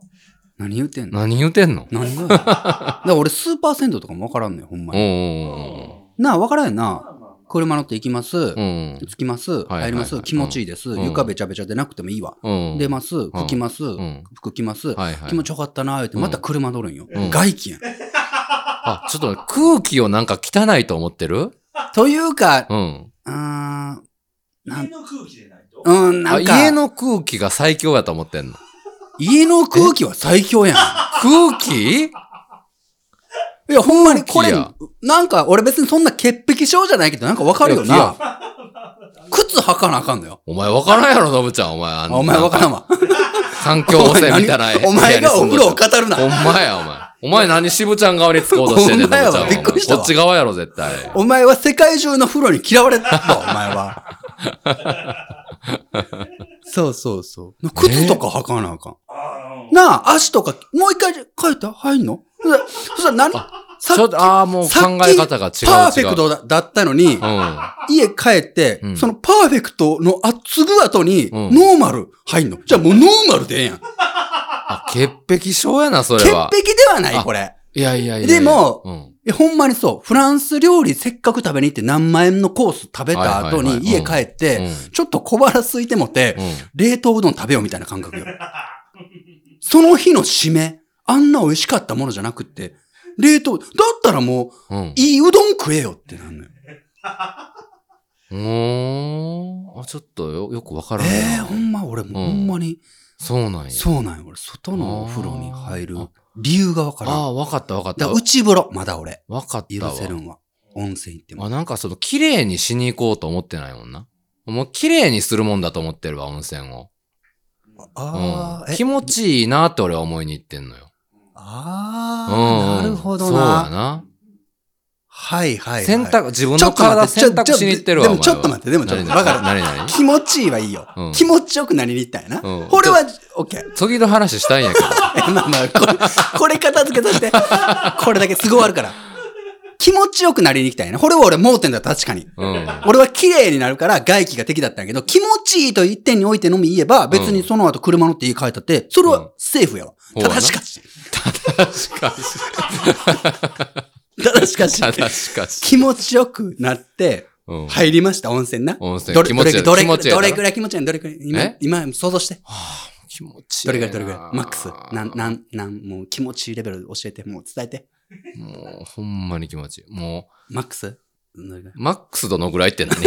Speaker 1: 何言うてんの
Speaker 2: 何言うてんの
Speaker 1: 何がだから俺スーパー銭湯とかもわからんのよ、ほんま
Speaker 2: うん
Speaker 1: に。なあ、わからんよな。車乗って行きます。
Speaker 2: うんうん。
Speaker 1: 着きます。
Speaker 2: はいはい
Speaker 1: 入ります。気持ちいいです。
Speaker 2: うん
Speaker 1: 床べちゃべちゃでなくてもいいわ。
Speaker 2: うん。うん。
Speaker 1: 出ます。拭きます。
Speaker 2: ん
Speaker 1: 服着ます。
Speaker 2: はいはい。
Speaker 1: 気持ちよかったなーって、また車乗るんよ。
Speaker 2: うん
Speaker 1: 外気やん。
Speaker 2: あ、ちょっと空気をなんか汚いと思ってる
Speaker 1: というか、
Speaker 2: うん。
Speaker 1: あーな
Speaker 3: 家
Speaker 1: ん、
Speaker 3: の空気でないと。
Speaker 1: うん、
Speaker 2: あ
Speaker 1: なんか、
Speaker 2: 家の空気が最強やと思ってんの。
Speaker 1: 家の空気は最強やん。
Speaker 2: 空気
Speaker 1: いや、ほんまにこれ
Speaker 2: 空、
Speaker 1: なんか、俺別にそんな潔癖症じゃないけど、なんかわかるよ
Speaker 2: いや
Speaker 1: な。靴履かなあかんのよ。
Speaker 2: お前分からんやろ、のぶちゃん。お前、あ
Speaker 1: あ
Speaker 2: んな
Speaker 1: お前わからんわ。
Speaker 2: 環境汚染みたいな。
Speaker 1: お前がお風呂を語る
Speaker 2: ほん
Speaker 1: な。
Speaker 2: まや、お前。お前何しぶちゃん側につこうとしてんね
Speaker 1: ほ
Speaker 2: ん、
Speaker 1: んまやわ
Speaker 2: のぶちゃんは
Speaker 1: びっくりしたわ
Speaker 2: こっち側やろ、絶対。
Speaker 1: お前は世界中の風呂に嫌われたぞ、お前は。 そうそうそう。靴とか履かなあかん。
Speaker 3: あ
Speaker 1: なあ、足とか、もう一回帰った入んのそしたらそしたら何さ
Speaker 2: ちょっと、ああ、もう
Speaker 1: さっ
Speaker 2: 考
Speaker 1: き
Speaker 2: え方が違う。
Speaker 1: パーフェク
Speaker 2: 違う
Speaker 1: トだだったのに
Speaker 2: う、ん。
Speaker 1: 家帰って、
Speaker 2: うん
Speaker 1: そのパーフェクトのあすぐ後に、
Speaker 2: うん
Speaker 1: ノーマル入んの。じゃあもうノーマルでええやん。
Speaker 2: あ、潔癖症やな、それ
Speaker 1: 潔
Speaker 2: は。
Speaker 1: 癖ではない、
Speaker 2: あ
Speaker 1: これ。
Speaker 2: いやいやいやいや。
Speaker 1: でも
Speaker 2: うん。
Speaker 1: いやほんまにそう。フランス料理せっかく食べに行って何万円のコース食べた後
Speaker 2: はいはいはい
Speaker 1: に家帰っ
Speaker 2: うん
Speaker 1: て、ちょっと小腹空いてもて
Speaker 2: う、ん。
Speaker 1: 冷凍うどん食べようみたいな感 覚よ。その日の締め、あんな美味しかったものじゃなくって、冷凍、だったらもう、
Speaker 2: うん。
Speaker 1: いいうどん食えよってなんのよ。
Speaker 2: うーん。あ、ちょっとよ、よくわからんな。
Speaker 1: ええほんま俺もうほんまに、
Speaker 2: そうなんや。
Speaker 1: そうなんよ。俺、外のお風呂に入る理由がわからん。
Speaker 2: ああ、わかったわかっ
Speaker 1: だ
Speaker 2: た。
Speaker 1: から内風呂、まだ俺、
Speaker 2: わかった
Speaker 1: 許
Speaker 2: わ。
Speaker 1: せるんは。温泉行っても。
Speaker 2: あ、なんかその、綺麗にしに行こうと思ってないもんな。もう綺麗にするもんだと思ってるわ、温泉を。
Speaker 1: あ
Speaker 2: う
Speaker 1: あ、
Speaker 2: ん。
Speaker 1: え
Speaker 2: 気持ちいいなって俺は思いに行ってんのよ。
Speaker 1: ああ、なるほど
Speaker 2: そうや
Speaker 1: な。
Speaker 2: な。
Speaker 1: はいはいはい。
Speaker 2: 洗濯、自分
Speaker 1: ちょ
Speaker 2: の
Speaker 1: っと待っ
Speaker 2: 体
Speaker 1: て、ちょ
Speaker 2: 洗濯しに行ってるわ、
Speaker 1: でもちょっと待って、でもちょっと、わかる。
Speaker 2: 何何
Speaker 1: 気持ちいいはいいよ。
Speaker 2: うん
Speaker 1: 気持ちよくなりに行ったんやな。
Speaker 2: うん
Speaker 1: これは、オッケー。
Speaker 2: 次の話したいんやけど。
Speaker 1: え まあまあ、これ、これ片付けとって。これだけすごいあるから。気持ちよくなりに行きたいな。これは俺盲点だった、確かに。
Speaker 2: うん。
Speaker 1: 俺は綺麗になるから外気が敵だったんやけど、気持ちいいと一点においてのみ言えば、別にその後車乗って家帰ったって、それ
Speaker 2: うん
Speaker 1: はセーフやわ。
Speaker 2: ほう
Speaker 1: た
Speaker 2: やな
Speaker 1: だしか し。
Speaker 2: 確か
Speaker 1: ただし かし。
Speaker 2: に。確かに。
Speaker 1: 気持ちよくなって、
Speaker 2: うん。
Speaker 1: 入りました、温泉な。
Speaker 2: 温泉
Speaker 1: どれ
Speaker 2: 気持ちいい
Speaker 1: どれ
Speaker 2: 気持ちいい
Speaker 1: どれくらい気持ちいいのどれくらい今
Speaker 2: え、
Speaker 1: 今想像して。
Speaker 2: 気持ちいい
Speaker 1: ど
Speaker 2: な。
Speaker 1: れくらいどれくらいマックス。なん、なん、なん、もう気持ちいいレベル教えて、もう伝えて。
Speaker 2: もう、ほんまに気持ちいい。も、
Speaker 1: マックスどれくらいう
Speaker 2: マックスどのぐらいって何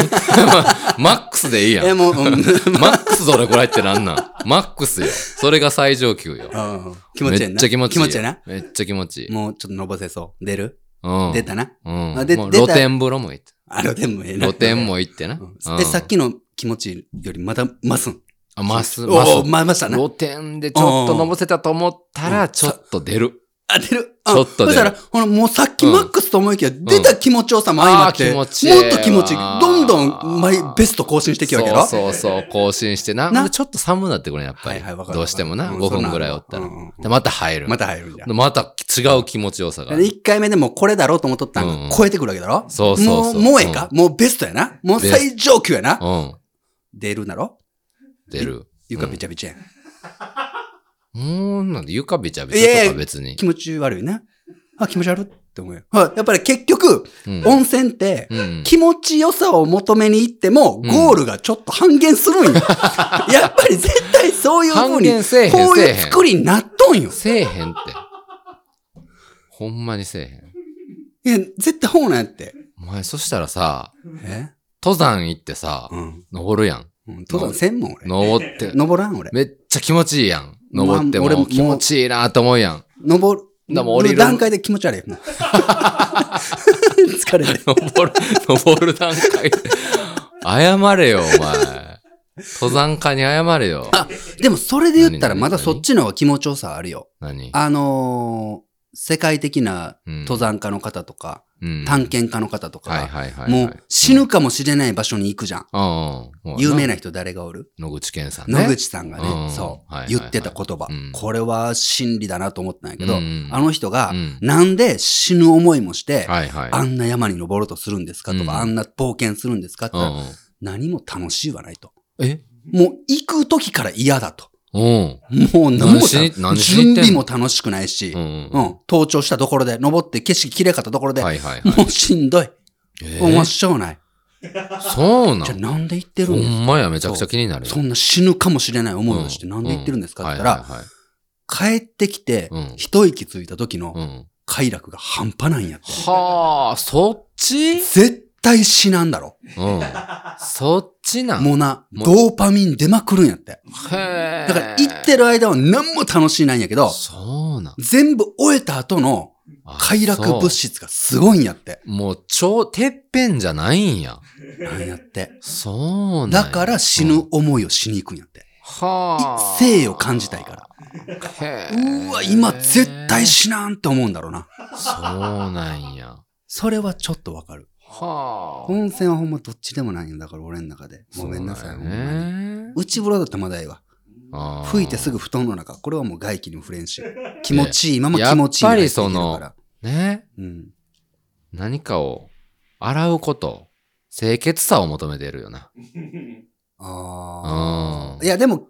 Speaker 2: マックスでいいや
Speaker 1: え、
Speaker 2: ん。
Speaker 1: もう、 うん、
Speaker 2: マックスどれぐらいってなんなんマックスよ。それが最上級よ。
Speaker 1: うん気持ちいいな。
Speaker 2: めっちゃ気持ちいい。
Speaker 1: 気持ちいいな。。
Speaker 2: めっちゃ気持ちいい。
Speaker 1: もうちょっとのぼせそう。出る、
Speaker 2: うん。
Speaker 1: 出たな。
Speaker 2: うん。
Speaker 1: あで
Speaker 2: もう
Speaker 1: 出た
Speaker 2: 露天風呂も行って。
Speaker 1: あの、でもええな。
Speaker 2: 露天も行ってな。
Speaker 1: うんで、さっきの気持ちよりまだ増すん。
Speaker 2: あ、マス、
Speaker 1: お
Speaker 2: マス
Speaker 1: お、。ま、増したな。
Speaker 2: 露天でちょっとのぼせたと思った
Speaker 1: う
Speaker 2: ら、
Speaker 1: ん
Speaker 2: ちょっと出る。
Speaker 1: あ、出る。あ
Speaker 2: ちょっと
Speaker 1: そ
Speaker 2: 出る
Speaker 1: したら、ほら、もうさっきマックスと思いきや、出た気持ちよさも相まって、
Speaker 2: うんあー
Speaker 1: もっ
Speaker 2: 気持ちいい
Speaker 1: と気持ちいい。どんどん、マイベスト更新してき
Speaker 2: そ
Speaker 1: たわ
Speaker 2: う
Speaker 1: けやろ
Speaker 2: そうそう、更新してな。
Speaker 1: な
Speaker 2: ちょっと寒くなってくれん、やっぱり。
Speaker 1: はいはいわかる
Speaker 2: どうしてもな、
Speaker 1: うん
Speaker 2: 5
Speaker 1: そんな
Speaker 2: 分ぐらいおったら。
Speaker 1: うんうん
Speaker 2: で、また入る。
Speaker 1: また入るんじゃん
Speaker 2: で。また違う気持ちよさがある。
Speaker 1: 1回目でもうこれだろうと思っとったん
Speaker 2: うんうん
Speaker 1: が超えてくるわけだろ
Speaker 2: そうそうそう
Speaker 1: もう、もうええか、もうベストやなもう最上級やな
Speaker 2: うん。
Speaker 1: 出るなろ
Speaker 2: 出る。
Speaker 1: 床びちゃびちゃやん。
Speaker 2: もう、なんで床びちゃびちゃとか別に
Speaker 1: 気。持ち悪いな。あ、気持ち悪いって思うよ。はいやっぱり結局、
Speaker 2: うん
Speaker 1: 温泉って、
Speaker 2: うん。
Speaker 1: 気持ちよさを求めに行っても、ゴールがちょっと半減す るんよ。やっぱり絶対そういう
Speaker 2: 半
Speaker 1: 風に、
Speaker 2: 減せえへん、
Speaker 1: こう
Speaker 2: せ
Speaker 1: い
Speaker 2: え
Speaker 1: う
Speaker 2: へん。
Speaker 1: 作りになっとんよ。
Speaker 2: せえへんって。ほんまにせえへん。
Speaker 1: いや、絶対ほうなんやって。
Speaker 2: お前、そしたらさ、
Speaker 1: え
Speaker 2: 登山行ってさ、
Speaker 1: うん。
Speaker 2: 登るやん。
Speaker 1: うん登山せんもん、俺。
Speaker 2: 登って、
Speaker 1: 登らん、俺。
Speaker 2: めっちゃ気持ちいいやん。登って
Speaker 1: まあ俺
Speaker 2: も
Speaker 1: も
Speaker 2: 気持ちいいなと思うやん。
Speaker 1: 登
Speaker 2: でも降り
Speaker 1: る
Speaker 2: る
Speaker 1: 段階で気持ち悪いよ。 もう疲れてる。
Speaker 2: 登る、登る段階で。謝れよ、お前。登山家に謝れよ。
Speaker 1: でも、それで言ったら、
Speaker 2: 何
Speaker 1: ま
Speaker 2: 何
Speaker 1: だそっちの方が気持ちよさあるよ。
Speaker 2: 何
Speaker 1: あのー世界的な
Speaker 2: うん
Speaker 1: 登山家の方とか、
Speaker 2: うん
Speaker 1: 探検家の方とか、
Speaker 2: はいはいはいはい。
Speaker 1: もう死ぬかもしれない場所に行くじゃん。
Speaker 2: うんうん、
Speaker 1: 有名
Speaker 2: な。
Speaker 1: な人誰がおる
Speaker 2: 野口健さんね。
Speaker 1: 野口さんがね、
Speaker 2: うん
Speaker 1: そう、
Speaker 2: はいはいはい
Speaker 1: 言ってた言葉、
Speaker 2: うん
Speaker 1: これは真理だなと思ったんやけど、
Speaker 2: うん
Speaker 1: あの人が、
Speaker 2: うん
Speaker 1: なんで死ぬ思いもして、
Speaker 2: はいはい。
Speaker 1: あんな山に登ろうとするんですかとか、
Speaker 2: うん
Speaker 1: あんな冒険するんですかって言ったら、
Speaker 2: う
Speaker 1: 何も楽しいはないと。
Speaker 2: んうん、え
Speaker 1: もう行く時から嫌だと。
Speaker 2: うん。
Speaker 1: もう何も
Speaker 2: 何しに何しに行
Speaker 1: 準
Speaker 2: ってんの
Speaker 1: 備も楽しくないし、
Speaker 2: う
Speaker 1: うん、
Speaker 2: ん。
Speaker 1: 登頂したところで、登って景色綺麗かったところで、
Speaker 2: はいはいはい。
Speaker 1: もうしんどい。
Speaker 2: えー
Speaker 1: 面白うない。
Speaker 2: そうなん
Speaker 1: じゃあなんで行ってる
Speaker 2: ほ
Speaker 1: んですか
Speaker 2: んまや、めちゃくちゃ気になるよ。
Speaker 1: そんな死ぬかもしれない思いをして、
Speaker 2: うん
Speaker 1: なんで言ってるんですかって言った
Speaker 2: うん
Speaker 1: ら、
Speaker 2: はいはいはい
Speaker 1: 帰ってきて
Speaker 2: うん、
Speaker 1: 一息ついた時の
Speaker 2: うん
Speaker 1: 快楽が半端ないんやって。
Speaker 2: はあ、そっちうん。
Speaker 1: 絶対死なんだろ。
Speaker 2: そっちなん。
Speaker 1: もうな、
Speaker 2: もう
Speaker 1: ドーパミン出まくるんやって。
Speaker 2: へえ。
Speaker 1: だから行ってる間は何も楽しいないんやけど、
Speaker 2: そうなん。
Speaker 1: 全部終えた後の
Speaker 2: あ
Speaker 1: 快楽物。質がすごいんやって。
Speaker 2: そうもう、超、てっぺんじゃないんや。
Speaker 1: なんやって。
Speaker 2: そうなんや。
Speaker 1: だから死
Speaker 2: うん
Speaker 1: ぬ思いをしに行くんやって。
Speaker 2: はあ。
Speaker 1: 生を感じたいから。
Speaker 2: へ
Speaker 1: う
Speaker 2: え。
Speaker 1: ーわ、今絶対死なんって思うんだろうな。
Speaker 2: そうなんや。
Speaker 1: それはちょっとわかる。
Speaker 2: はあ。
Speaker 1: 温泉はほんまどっちでもないんだから、俺の中で。ごめんなさい、
Speaker 2: そう
Speaker 1: ほ
Speaker 2: だ
Speaker 1: んまに。
Speaker 2: よね。
Speaker 1: 内風呂だったらまだええわ。
Speaker 2: あー
Speaker 1: 吹いてすぐ布団の中。これはもう外気にも触れんし。気持ちいいまま気持ちいい。
Speaker 2: やっぱりその
Speaker 1: から
Speaker 2: ね。
Speaker 1: うん。
Speaker 2: 何かを洗うこと、清潔さを求めてるよな。
Speaker 1: あ
Speaker 2: う
Speaker 1: あ。
Speaker 2: ん。
Speaker 1: いや、でも、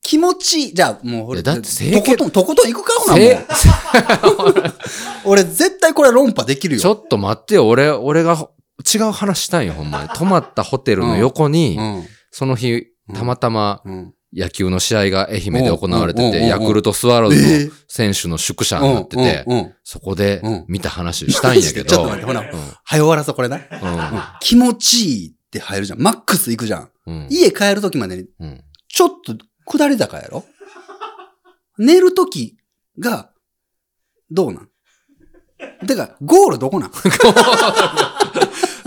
Speaker 1: 気持ちいい。じゃあ、もう
Speaker 2: い
Speaker 1: 俺、
Speaker 2: やだって清
Speaker 1: と
Speaker 2: 潔
Speaker 1: ことん、とことん行くかほな、も
Speaker 2: せ
Speaker 1: う。 俺、絶対これ論破できる
Speaker 2: ちょ
Speaker 1: よ。
Speaker 2: っと待ってよ。俺、俺がほ違う話したいよ、ほんまに。泊まったホテルの横に、
Speaker 1: うん。
Speaker 2: その日、たまたま
Speaker 1: うん。
Speaker 2: 野球の試合が愛媛で行われて
Speaker 1: うんうんうんうん
Speaker 2: て、ヤクルトスワロー
Speaker 1: え
Speaker 2: ズ
Speaker 1: え
Speaker 2: の選手の宿舎になってて、
Speaker 1: うん。うん
Speaker 2: そこで
Speaker 1: うん
Speaker 2: 見た話したいんや け
Speaker 1: ちょっと
Speaker 2: ど
Speaker 1: 待っ、て、ほな。
Speaker 2: う
Speaker 1: 早終わらそう、これな。
Speaker 2: んうん
Speaker 1: 気持ちいいって入るじゃん。マックス行くじゃん。
Speaker 2: うん
Speaker 1: 家帰るときまでに、
Speaker 2: うん
Speaker 1: ちょっと下り坂やろ寝るときが、どうなんてか、ゴールどこなん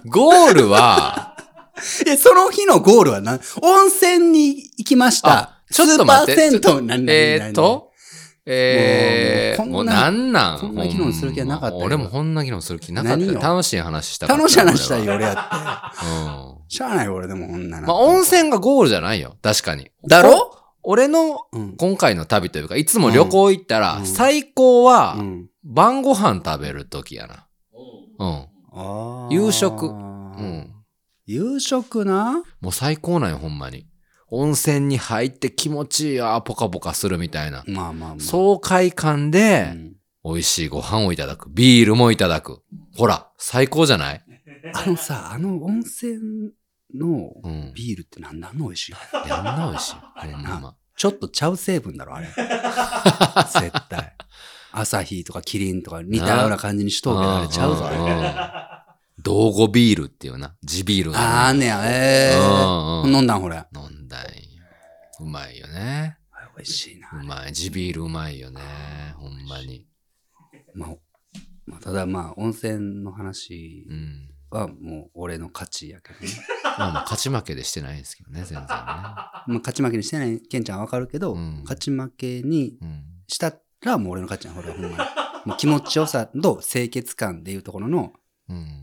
Speaker 2: ゴールは、
Speaker 1: え、その日のゴールは何温泉に行きました
Speaker 2: あ。ちょっと待って
Speaker 1: スーパー銭湯 何々
Speaker 2: えーっと、えー、
Speaker 1: も
Speaker 2: も
Speaker 1: うもうこな
Speaker 2: うんなんなん
Speaker 1: こんな議論する気はなかったよ
Speaker 2: ほんま俺もこんな議論する気なかったよ。
Speaker 1: 何よ
Speaker 2: 楽しい話したかった。
Speaker 1: 楽しい話したい
Speaker 2: よ。
Speaker 1: よ、俺やっ
Speaker 2: うん。
Speaker 1: て。しゃあない俺でもこんなな。
Speaker 2: まあ、温泉がゴールじゃないよ。確かに。
Speaker 1: だろ
Speaker 2: 俺の
Speaker 1: うん。
Speaker 2: 今回の旅というか、いつも旅行行った
Speaker 1: う
Speaker 2: ら、
Speaker 1: ん
Speaker 2: 最高は
Speaker 1: う、ん
Speaker 2: 晩ご飯食べる時やな。うん。
Speaker 1: あー
Speaker 2: 夕食うん。
Speaker 1: 夕食な
Speaker 2: もう最高なんよ、ほんまに。温泉に入って気持ちいいあーポカポカするみたいな。
Speaker 1: まあまあまあ。
Speaker 2: 爽快感
Speaker 1: う
Speaker 2: で、
Speaker 1: ん
Speaker 2: 美味しいご飯をいただく。ビールもいただく。ほら、最高じゃない
Speaker 1: あのさ、あの温泉の
Speaker 2: うん。
Speaker 1: ビールって何なんの美味しいの
Speaker 2: いやあんな美味しい。あれな。
Speaker 1: ちょっとちゃう成分だ ろ、あれ。絶対。アサヒとかキリンとか似たような感じにしとうけど、あれちゃうぞ、あれ。
Speaker 2: れ。道後ビールっていうな。地ビール
Speaker 1: あー
Speaker 2: ね。
Speaker 1: ねや、ええ。
Speaker 2: うんうん
Speaker 1: 飲んだん、ほれ。
Speaker 2: 飲んだんよ。うまいよね。
Speaker 1: 美味しいな。
Speaker 2: うまい。地ビールうまいよね。ほんまに。
Speaker 1: まあ、まあただまあ、温泉の話
Speaker 2: うん。
Speaker 1: はもう俺の勝ちやけどね。
Speaker 2: まあまあ、勝ち負けでしてないですけどね、全然ね。
Speaker 1: まあ、勝ち負けにしてない、ケンちゃんはわかるけど、
Speaker 2: うん
Speaker 1: 勝ち負けに
Speaker 2: うん。
Speaker 1: したらもう俺の勝ちやん、ほれ、ほんまに。もう気持ちよさと清潔感でいうところの、
Speaker 2: うん。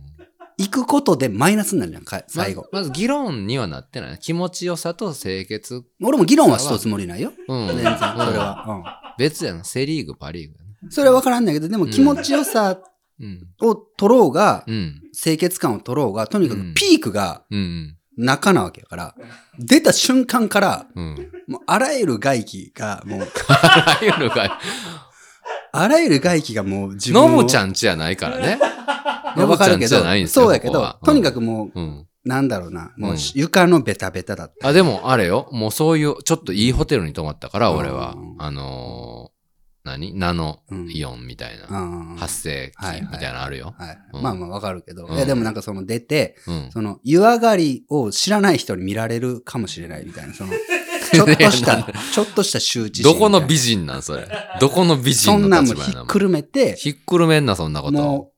Speaker 1: 行くことでマイナスになるじゃん、か最後。
Speaker 2: ま。まず議論にはなってない。気持ちよさと清潔。
Speaker 1: 俺も議論はしとうつもりないよ。
Speaker 2: うん。
Speaker 1: 全然、それは。
Speaker 2: 別やな。セリーグ、パリーグや
Speaker 1: うん。それは分からんないけど、でも気持ちよさ
Speaker 2: な。
Speaker 1: を取ろうが、
Speaker 2: うん。うん。
Speaker 1: 清潔感を取ろうが、とにか
Speaker 2: う
Speaker 1: く
Speaker 2: ん
Speaker 1: ピークが
Speaker 2: うん。
Speaker 1: 中なわけやから、出た瞬間から、
Speaker 2: うん。
Speaker 1: もうあらゆる外気が、もう、
Speaker 2: あらゆるが、
Speaker 1: あらゆる外気がもう自分を
Speaker 2: ノムちゃんちやないからね。
Speaker 1: いや
Speaker 2: ノ
Speaker 1: 分
Speaker 2: ムち
Speaker 1: か
Speaker 2: ゃ
Speaker 1: る
Speaker 2: ん
Speaker 1: け
Speaker 2: ちじゃないん
Speaker 1: ど、
Speaker 2: ですよ。
Speaker 1: そうやけ
Speaker 2: ここ
Speaker 1: ど
Speaker 2: は、
Speaker 1: とにか。くもう、
Speaker 2: うんうん。
Speaker 1: なんだろうな、もううん床のベタベタだった。
Speaker 2: あ、でも、あれよ。もうそういう、ちょっといいホテルに泊まったから、俺は
Speaker 1: うん。
Speaker 2: あのー、何ナノ
Speaker 1: うん
Speaker 2: イオンみたいな。
Speaker 1: うんはい。
Speaker 2: 発生器みたいなのあるよ。うん
Speaker 1: まあまあ分かるけど、
Speaker 2: うん
Speaker 1: いやでもなんかその出て、
Speaker 2: うん。
Speaker 1: その、湯上がりを知らない人に見られるかもしれないみたい な、その、ちょっとした、ちょっとした周知心み
Speaker 2: ど
Speaker 1: た
Speaker 2: こ
Speaker 1: いな
Speaker 2: の美人なんそれ。どこの美
Speaker 1: そ
Speaker 2: 人
Speaker 1: ん
Speaker 2: の
Speaker 1: なんもう
Speaker 2: 立場
Speaker 1: ひ
Speaker 2: やな
Speaker 1: っ。くるめて、
Speaker 2: ひっくるめんな、そんなこと。
Speaker 1: もう、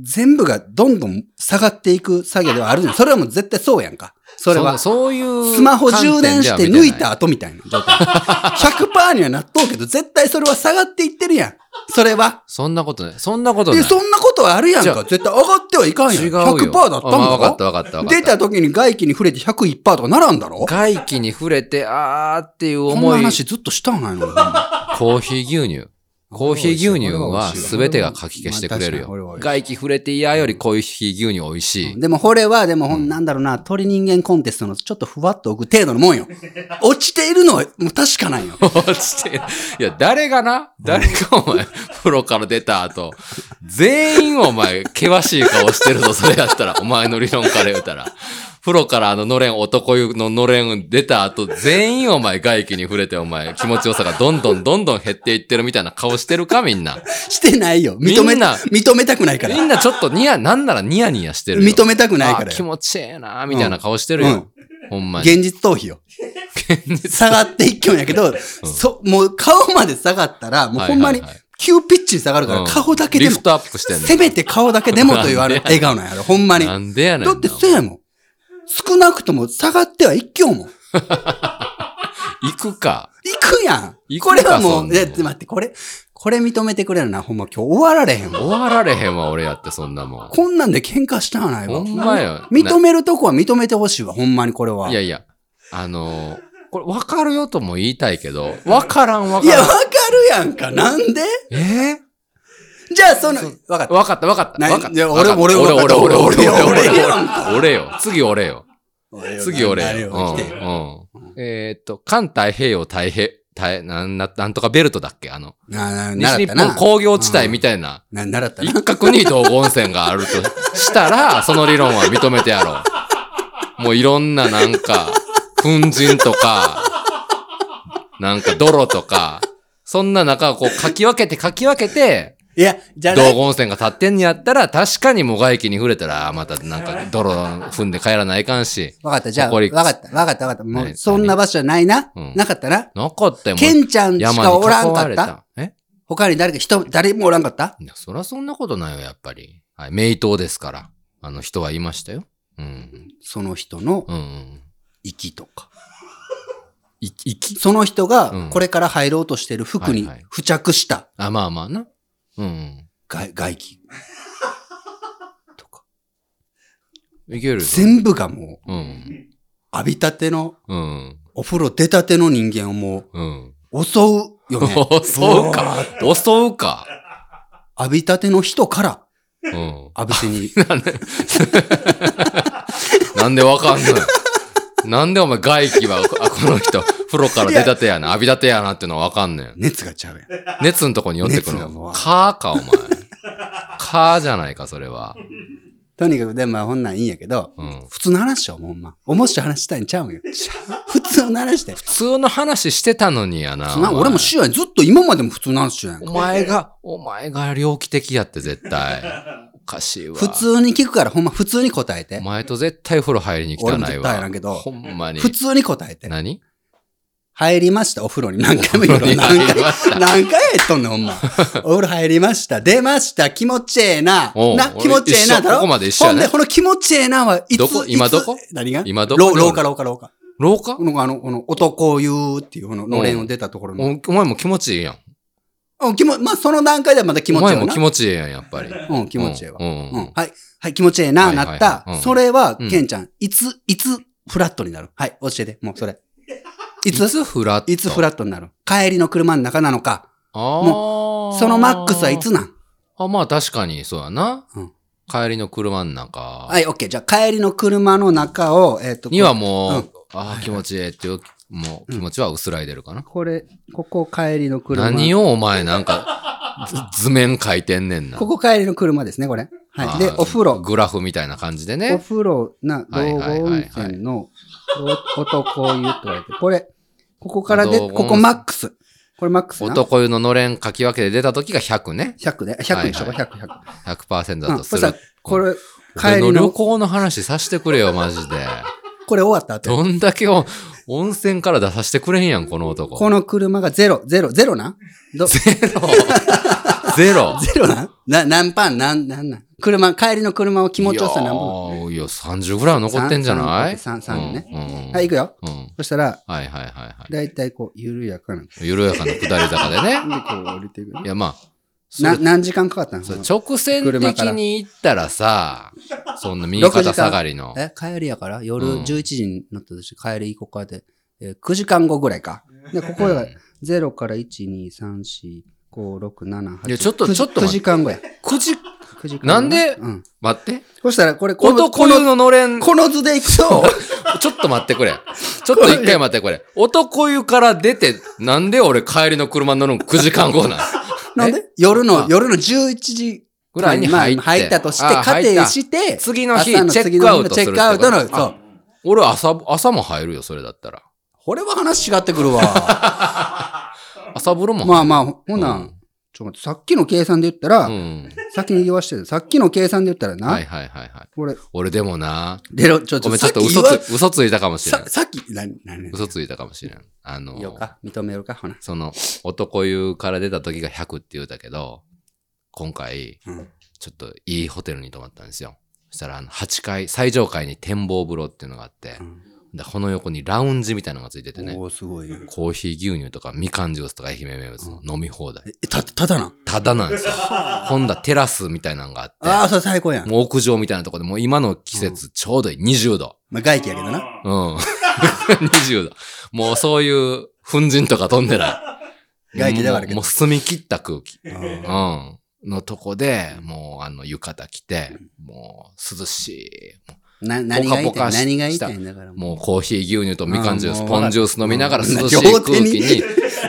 Speaker 1: 全部がどんどん下がっていく作業ではあるじゃん。それはもう絶対そうやんか。それは。
Speaker 2: そそういう。
Speaker 1: スマホ充電して抜いた。後みたいな状 態。100%にはなっとうけど、絶対それは下がっていってるやん。それは。
Speaker 2: そんなことない。そんなことない。
Speaker 1: で、そんなことはあるやん
Speaker 2: じゃ
Speaker 1: か。絶対上がってはいかんやん。
Speaker 2: 違うよ。
Speaker 1: 100%だったんだ
Speaker 2: あわか
Speaker 1: ろ
Speaker 2: ったわかったわかった。
Speaker 1: 出た時に外気に触れて101%とかならんだろ
Speaker 2: 外気に触れて、あーっていう
Speaker 1: こんな
Speaker 2: 思い。
Speaker 1: 話ずっとしたんないのほんま
Speaker 2: コーヒー牛乳。コーヒー牛乳は全てがかき消してくれ
Speaker 1: ま
Speaker 2: る
Speaker 1: あ確かに
Speaker 2: よ。
Speaker 1: これは
Speaker 2: 外気触れて嫌よりコーヒー牛乳美味しい。
Speaker 1: でも、これは、でも、ほ
Speaker 2: うん
Speaker 1: ん、なんだろうな、鳥人間コンテストのちょっとふわっと置く程度のもん よ。落ちているのは、もう確かなんよ。
Speaker 2: 落ちてる。いや、誰がな誰がお前、風呂から出た後、全員お前、険しい顔してるぞ、それやったら。お前の理論から言うたら。風呂からあののれん、男湯ののれん出た後、全員お前、外気に触れてお前、気持ちよさがどんどんどんどん減っていってるみたいな顔してるか、みんな。
Speaker 1: してないよ。認
Speaker 2: み
Speaker 1: め
Speaker 2: んな
Speaker 1: た、認めたくないか
Speaker 2: み
Speaker 1: ら。
Speaker 2: んなちょっとニヤ、なんならニヤニヤしてるよ。
Speaker 1: 認めたくないから
Speaker 2: あ気
Speaker 1: よ。
Speaker 2: 持ちええな、みたいな顔してるよ。ほんまに。
Speaker 1: 現実逃避よ。下がっていっきょんやけど、そ、もう顔まで下がったら、もうほんまに
Speaker 2: はいはいはい、
Speaker 1: 急ピッチに下がるか
Speaker 2: う
Speaker 1: ら、
Speaker 2: ん
Speaker 1: 顔だけで
Speaker 2: リフ
Speaker 1: も、
Speaker 2: トアップしてんの。
Speaker 1: せめて顔だけでもというあの
Speaker 2: なんで
Speaker 1: 笑顔なんやろ、ほんまに。
Speaker 2: なんでやねん
Speaker 1: だ
Speaker 2: な。
Speaker 1: ってせやもん。少なくとも下がっては一挙もん。
Speaker 2: 行くか。
Speaker 1: 行くやん
Speaker 2: 行く
Speaker 1: こ
Speaker 2: か
Speaker 1: れはも
Speaker 2: そ
Speaker 1: う、
Speaker 2: んないの
Speaker 1: や、待って、これ、これ認めてくれるな、ほんま今日終わられへんわ。
Speaker 2: 終わられへんわ、俺やって、そんなもん。
Speaker 1: こんなんで喧嘩したらないわ。
Speaker 2: ほんまよ
Speaker 1: 認めるとこは認めてほしいわ、ほんまにこれは。
Speaker 2: いや
Speaker 1: い
Speaker 2: いや、あのーこれ分かるよとも言いたいけど、分からん分か
Speaker 1: や、
Speaker 2: ら
Speaker 1: わ
Speaker 2: ん。
Speaker 1: かるやんか、なんで
Speaker 2: え
Speaker 1: じゃあ、その、わかった。
Speaker 2: 分かった分かった。
Speaker 1: ない
Speaker 2: 分かった
Speaker 1: いや俺俺
Speaker 2: 分かった俺
Speaker 1: 俺俺
Speaker 2: 俺俺
Speaker 1: 俺
Speaker 2: 俺俺
Speaker 1: やん
Speaker 2: 俺俺よ。次俺よ。次俺よ。
Speaker 1: 来て
Speaker 2: うんうんえーっと、環太平洋太平、太なんななんとかベルトだっけあの、
Speaker 1: な、な、
Speaker 2: 西
Speaker 1: 習っ
Speaker 2: 日
Speaker 1: たな。
Speaker 2: 本工業地帯みたいな。
Speaker 1: な、習ったな。
Speaker 2: 一角に道後温泉があるとし たら、その理論は認めてやろう。もういろんななんか、粉塵とか、なんか泥とか、そんな中をこうかき分けてかき分けて、
Speaker 1: いや、じゃな
Speaker 2: 道
Speaker 1: い
Speaker 2: 後温泉が立ってんにやったら、確かにもがいきに触れたら、またなんか泥踏んで帰らないかんし。
Speaker 1: わかった、じゃあ、わ
Speaker 2: 誇り
Speaker 1: かった、わかった、わかった。も
Speaker 2: は
Speaker 1: う、
Speaker 2: い
Speaker 1: そんな場所じゃないな
Speaker 2: うん。
Speaker 1: なかったな。
Speaker 2: なかったよ、も
Speaker 1: ケンちゃんし
Speaker 2: 山に
Speaker 1: かおらん
Speaker 2: 囲わ
Speaker 1: かっ
Speaker 2: れ
Speaker 1: た
Speaker 2: た。え
Speaker 1: 他に誰か、人、誰もおらんかった
Speaker 2: いや、そらそんなことないよ、やっぱり。はい、名刀ですから。あの人はいましたよ。うん。
Speaker 1: その人の
Speaker 2: うんうん。
Speaker 1: 息とか。
Speaker 2: い、いき
Speaker 1: その人
Speaker 2: う
Speaker 1: が
Speaker 2: ん、
Speaker 1: これから入ろうとしてる服に
Speaker 2: はいはい
Speaker 1: 付着した
Speaker 2: あ、まあまあな。うん
Speaker 1: 外外気。とか。
Speaker 2: うん。いけるよ。
Speaker 1: 全部がもう、
Speaker 2: うん。
Speaker 1: 浴びたての、
Speaker 2: うん。
Speaker 1: お風呂出たての人間をも
Speaker 2: うん。
Speaker 1: う、襲うよね。
Speaker 2: 襲うか。襲うか。
Speaker 1: 浴びたての人から、
Speaker 2: うん。
Speaker 1: 浴びせに。
Speaker 2: なんでわかんない。なんでお前外気は、あこの人、風呂から出たてやな、浴びたてやなってのはわかんねん。
Speaker 1: 熱がちゃうやん。
Speaker 2: 熱のとこに寄ってくる
Speaker 1: 熱がも
Speaker 2: の。
Speaker 1: う
Speaker 2: かーか、お前。かーじゃないか、それは。
Speaker 1: とにかく、でもまあ、ほんなんいいんやけど、
Speaker 2: うん。
Speaker 1: 普通の話よ、もうほんま。面白い話したいんちゃ うんよ。普通の話だよ。
Speaker 2: 普通の話してたのにやな。
Speaker 1: そんな
Speaker 2: お前
Speaker 1: 俺もしようやん。ずっと今までも普通の話しようやん。
Speaker 2: お前が、お前が猟奇的やって、絶対。おかしいわ。
Speaker 1: 普。通に聞くから、ほんま普通に答え
Speaker 2: お
Speaker 1: て。
Speaker 2: 前と絶対風呂入りに来た
Speaker 1: 俺も
Speaker 2: ない
Speaker 1: 絶対や
Speaker 2: わ
Speaker 1: らん。けど、
Speaker 2: ほんまに。
Speaker 1: 普通に答えて。
Speaker 2: 何
Speaker 1: 入りました、お風呂に。何回も言うの
Speaker 2: お風呂に
Speaker 1: 何
Speaker 2: 入り
Speaker 1: 回
Speaker 2: まし、
Speaker 1: 何回やっとんねん、ほん ま。お風呂入りました、出ました、気持ちええな。
Speaker 2: おう
Speaker 1: な、気持ちええな、
Speaker 2: 一緒
Speaker 1: だろ
Speaker 2: ここまで一緒やね
Speaker 1: ほんで、この気持ちええなはいつ
Speaker 2: どこ今
Speaker 1: いつ
Speaker 2: どこ
Speaker 1: 何が
Speaker 2: 今どこ
Speaker 1: ろ廊下、廊下、廊下。
Speaker 2: 廊下
Speaker 1: この、あの、この、男を言うっていう、この、のれんを出たところの。
Speaker 2: おお前も気持ちいいやん。
Speaker 1: うん、気も、まあ、その段階ではまだ気持
Speaker 2: お
Speaker 1: ちええ
Speaker 2: 前
Speaker 1: な
Speaker 2: も気持ちいいやん、やっぱり。
Speaker 1: うん、気持ちええわ。
Speaker 2: う
Speaker 1: うんん。
Speaker 2: うんうん
Speaker 1: はい。はい、気持ちええな、
Speaker 2: はいはい
Speaker 1: な
Speaker 2: はい
Speaker 1: った
Speaker 2: うん。
Speaker 1: それは、
Speaker 2: うん
Speaker 1: ケンちゃん、いつ、いつ、フラットになるはい、教えて。もう、そ れ。いつ
Speaker 2: いつフラット
Speaker 1: いつフラットになる帰りの車の中なのか
Speaker 2: も
Speaker 1: そのマックスはいつなん
Speaker 2: あ、まあ確かに、そうやな。
Speaker 1: うん
Speaker 2: 帰りの車の中。
Speaker 1: はい、オッケー。じゃあ、帰りの車の中を、えっ、と、
Speaker 2: にはもう、
Speaker 1: うん
Speaker 2: ああ、気持ちいいっていう、もう気持ちは薄らいでるかな。
Speaker 1: これ、ここ帰りの車。
Speaker 2: 何をお前なんか、ず図面書いてんねんな。
Speaker 1: ここ帰りの車ですね、これ。はい。で
Speaker 2: あ、ー
Speaker 1: お風呂。
Speaker 2: グラフみたいな感じで
Speaker 1: お
Speaker 2: ね。
Speaker 1: 風呂な、
Speaker 2: はい
Speaker 1: 道
Speaker 2: は
Speaker 1: 後
Speaker 2: いはいはい
Speaker 1: 温泉のお男湯と言われて、これ、ここからで、
Speaker 2: 道後温
Speaker 1: こ
Speaker 2: 泉
Speaker 1: こマックス。これマックスな。
Speaker 2: 男湯ののれん書き分けで出た時が100ね。
Speaker 1: 100ね。100でしょ、
Speaker 2: はいはい
Speaker 1: 100、100。
Speaker 2: 100%
Speaker 1: う
Speaker 2: だ
Speaker 1: ん
Speaker 2: とす
Speaker 1: そした
Speaker 2: る。
Speaker 1: ら、これ、
Speaker 2: 俺
Speaker 1: 帰
Speaker 2: の
Speaker 1: り
Speaker 2: 旅
Speaker 1: の、
Speaker 2: 行の話させてくれよ、マジで。
Speaker 1: これ終わった後。
Speaker 2: どんだけお温泉から出させてくれへんやん、この男。
Speaker 1: この車がゼロ、ゼロ、ゼロなどゼ
Speaker 2: ゼロ。
Speaker 1: ロなな、何パン、なん、なんなん。車、帰りの車を気持ちよさ何本。
Speaker 2: いやーいや、30ぐらいは残ってんじゃない
Speaker 1: 三三残って
Speaker 2: うんうん
Speaker 1: はい、行くよ。
Speaker 2: うん
Speaker 1: そしたら、
Speaker 2: はいはいはいはい。
Speaker 1: だいたいこう、緩やかな。で、
Speaker 2: 緩やかな下り坂でね。
Speaker 1: こう降りていく。
Speaker 2: いや、まあ、それ
Speaker 1: な、何時間かかったの
Speaker 2: それ
Speaker 1: その
Speaker 2: 直線的に行ったらさ、そんな右
Speaker 1: 6時
Speaker 2: 肩
Speaker 1: 間
Speaker 2: 下がりの。
Speaker 1: え、帰りやから
Speaker 2: う
Speaker 1: 夜
Speaker 2: ん
Speaker 1: 11時になったとして、帰り行こうかで、えー、9時間後ぐらいか。で、ここ
Speaker 2: う
Speaker 1: が
Speaker 2: ん
Speaker 1: 0から1、2、3、4、5、6、7、8。
Speaker 2: いやちょっと
Speaker 1: 9
Speaker 2: ちょっと待
Speaker 1: 9
Speaker 2: って
Speaker 1: 時間後や。
Speaker 2: 9時、
Speaker 1: 9時間後
Speaker 2: なんで
Speaker 1: うん。
Speaker 2: 待って。
Speaker 1: そしたら、これ、この、
Speaker 2: 男
Speaker 1: こ
Speaker 2: 湯
Speaker 1: の、
Speaker 2: ののれん、ちょ
Speaker 1: この図で行くと、
Speaker 2: っと待ってくれ。ちょっと一回待ってくれ。男湯から出て、なんで俺帰りの車に乗るの9時間後なん
Speaker 1: なんで夜
Speaker 2: あ
Speaker 1: の、夜の11時
Speaker 2: ぐらいに入って。
Speaker 1: まあ入ったとして、
Speaker 2: あ入っ
Speaker 1: 仮定
Speaker 2: た
Speaker 1: して、
Speaker 2: 次の日、
Speaker 1: 朝の
Speaker 2: チェ
Speaker 1: 次
Speaker 2: ックア
Speaker 1: の日
Speaker 2: ウ
Speaker 1: の
Speaker 2: ト
Speaker 1: チ
Speaker 2: す
Speaker 1: ェ
Speaker 2: るって
Speaker 1: ッ
Speaker 2: こ
Speaker 1: ク
Speaker 2: と
Speaker 1: アウトの、そ
Speaker 2: あ
Speaker 1: う。
Speaker 2: 俺朝、朝も入るよ、それだったら。
Speaker 1: これは話違ってくる わ。
Speaker 2: 朝風呂も入る。
Speaker 1: まあまあ、ほな、
Speaker 2: うん
Speaker 1: ちょっと待って、さっきの計算で言ったら、
Speaker 2: うん。
Speaker 1: 先に言わしてる。さっきの計算で言ったらな、
Speaker 2: はいはいはいはい。
Speaker 1: これ、
Speaker 2: 俺でもな、
Speaker 1: でろ、ちょ、ち
Speaker 2: ごめ
Speaker 1: ょ、
Speaker 2: ん、ちょっと
Speaker 1: さき
Speaker 2: 嘘
Speaker 1: 言わ
Speaker 2: つ、嘘ついたかもしれん
Speaker 1: さ。さっき、な、な、な、
Speaker 2: 嘘ついたかもしれん。あの
Speaker 1: いい、よか、認めるか、ほな。
Speaker 2: その、男湯から出た時が100って言うたけど、今回、
Speaker 1: うん
Speaker 2: ちょっといいホテルに泊まったんですよ。そしたら、あの、8階、最上階に展望風呂っていうのがあって、でこの横にラウンジみたいなのがついててね
Speaker 1: お、おすごいね。
Speaker 2: コーヒー牛乳とかみかんジュースとか愛媛名物の飲み放題。
Speaker 1: え、た、ただな。
Speaker 2: ただなんで すよ。ほんだテラスみたいなのがあ
Speaker 1: あ
Speaker 2: っ
Speaker 1: あ、それ最高や
Speaker 2: て、
Speaker 1: ん。
Speaker 2: もう屋上みたいなとこで、もう今の季節ちょうどいい、20度。
Speaker 1: まあ、外気やけどな。
Speaker 2: うん。20度。もうそういう粉塵とか飛んでない。
Speaker 1: 外気ではあるけ
Speaker 2: も
Speaker 1: ど
Speaker 2: うもう澄み切った空気。
Speaker 1: う
Speaker 2: うんん。のとこで、もうあの浴衣着て、もう涼しい。
Speaker 1: な、何が言い
Speaker 2: ポカ
Speaker 1: た
Speaker 2: ポカ
Speaker 1: い
Speaker 2: し
Speaker 1: 何が言いたいんだから。
Speaker 2: もうコーヒー牛乳とみかんジュー
Speaker 1: あ
Speaker 2: ス、
Speaker 1: ーもう
Speaker 2: ポンジュース飲みながら涼しい
Speaker 1: 両
Speaker 2: 空
Speaker 1: 手に
Speaker 2: 気に、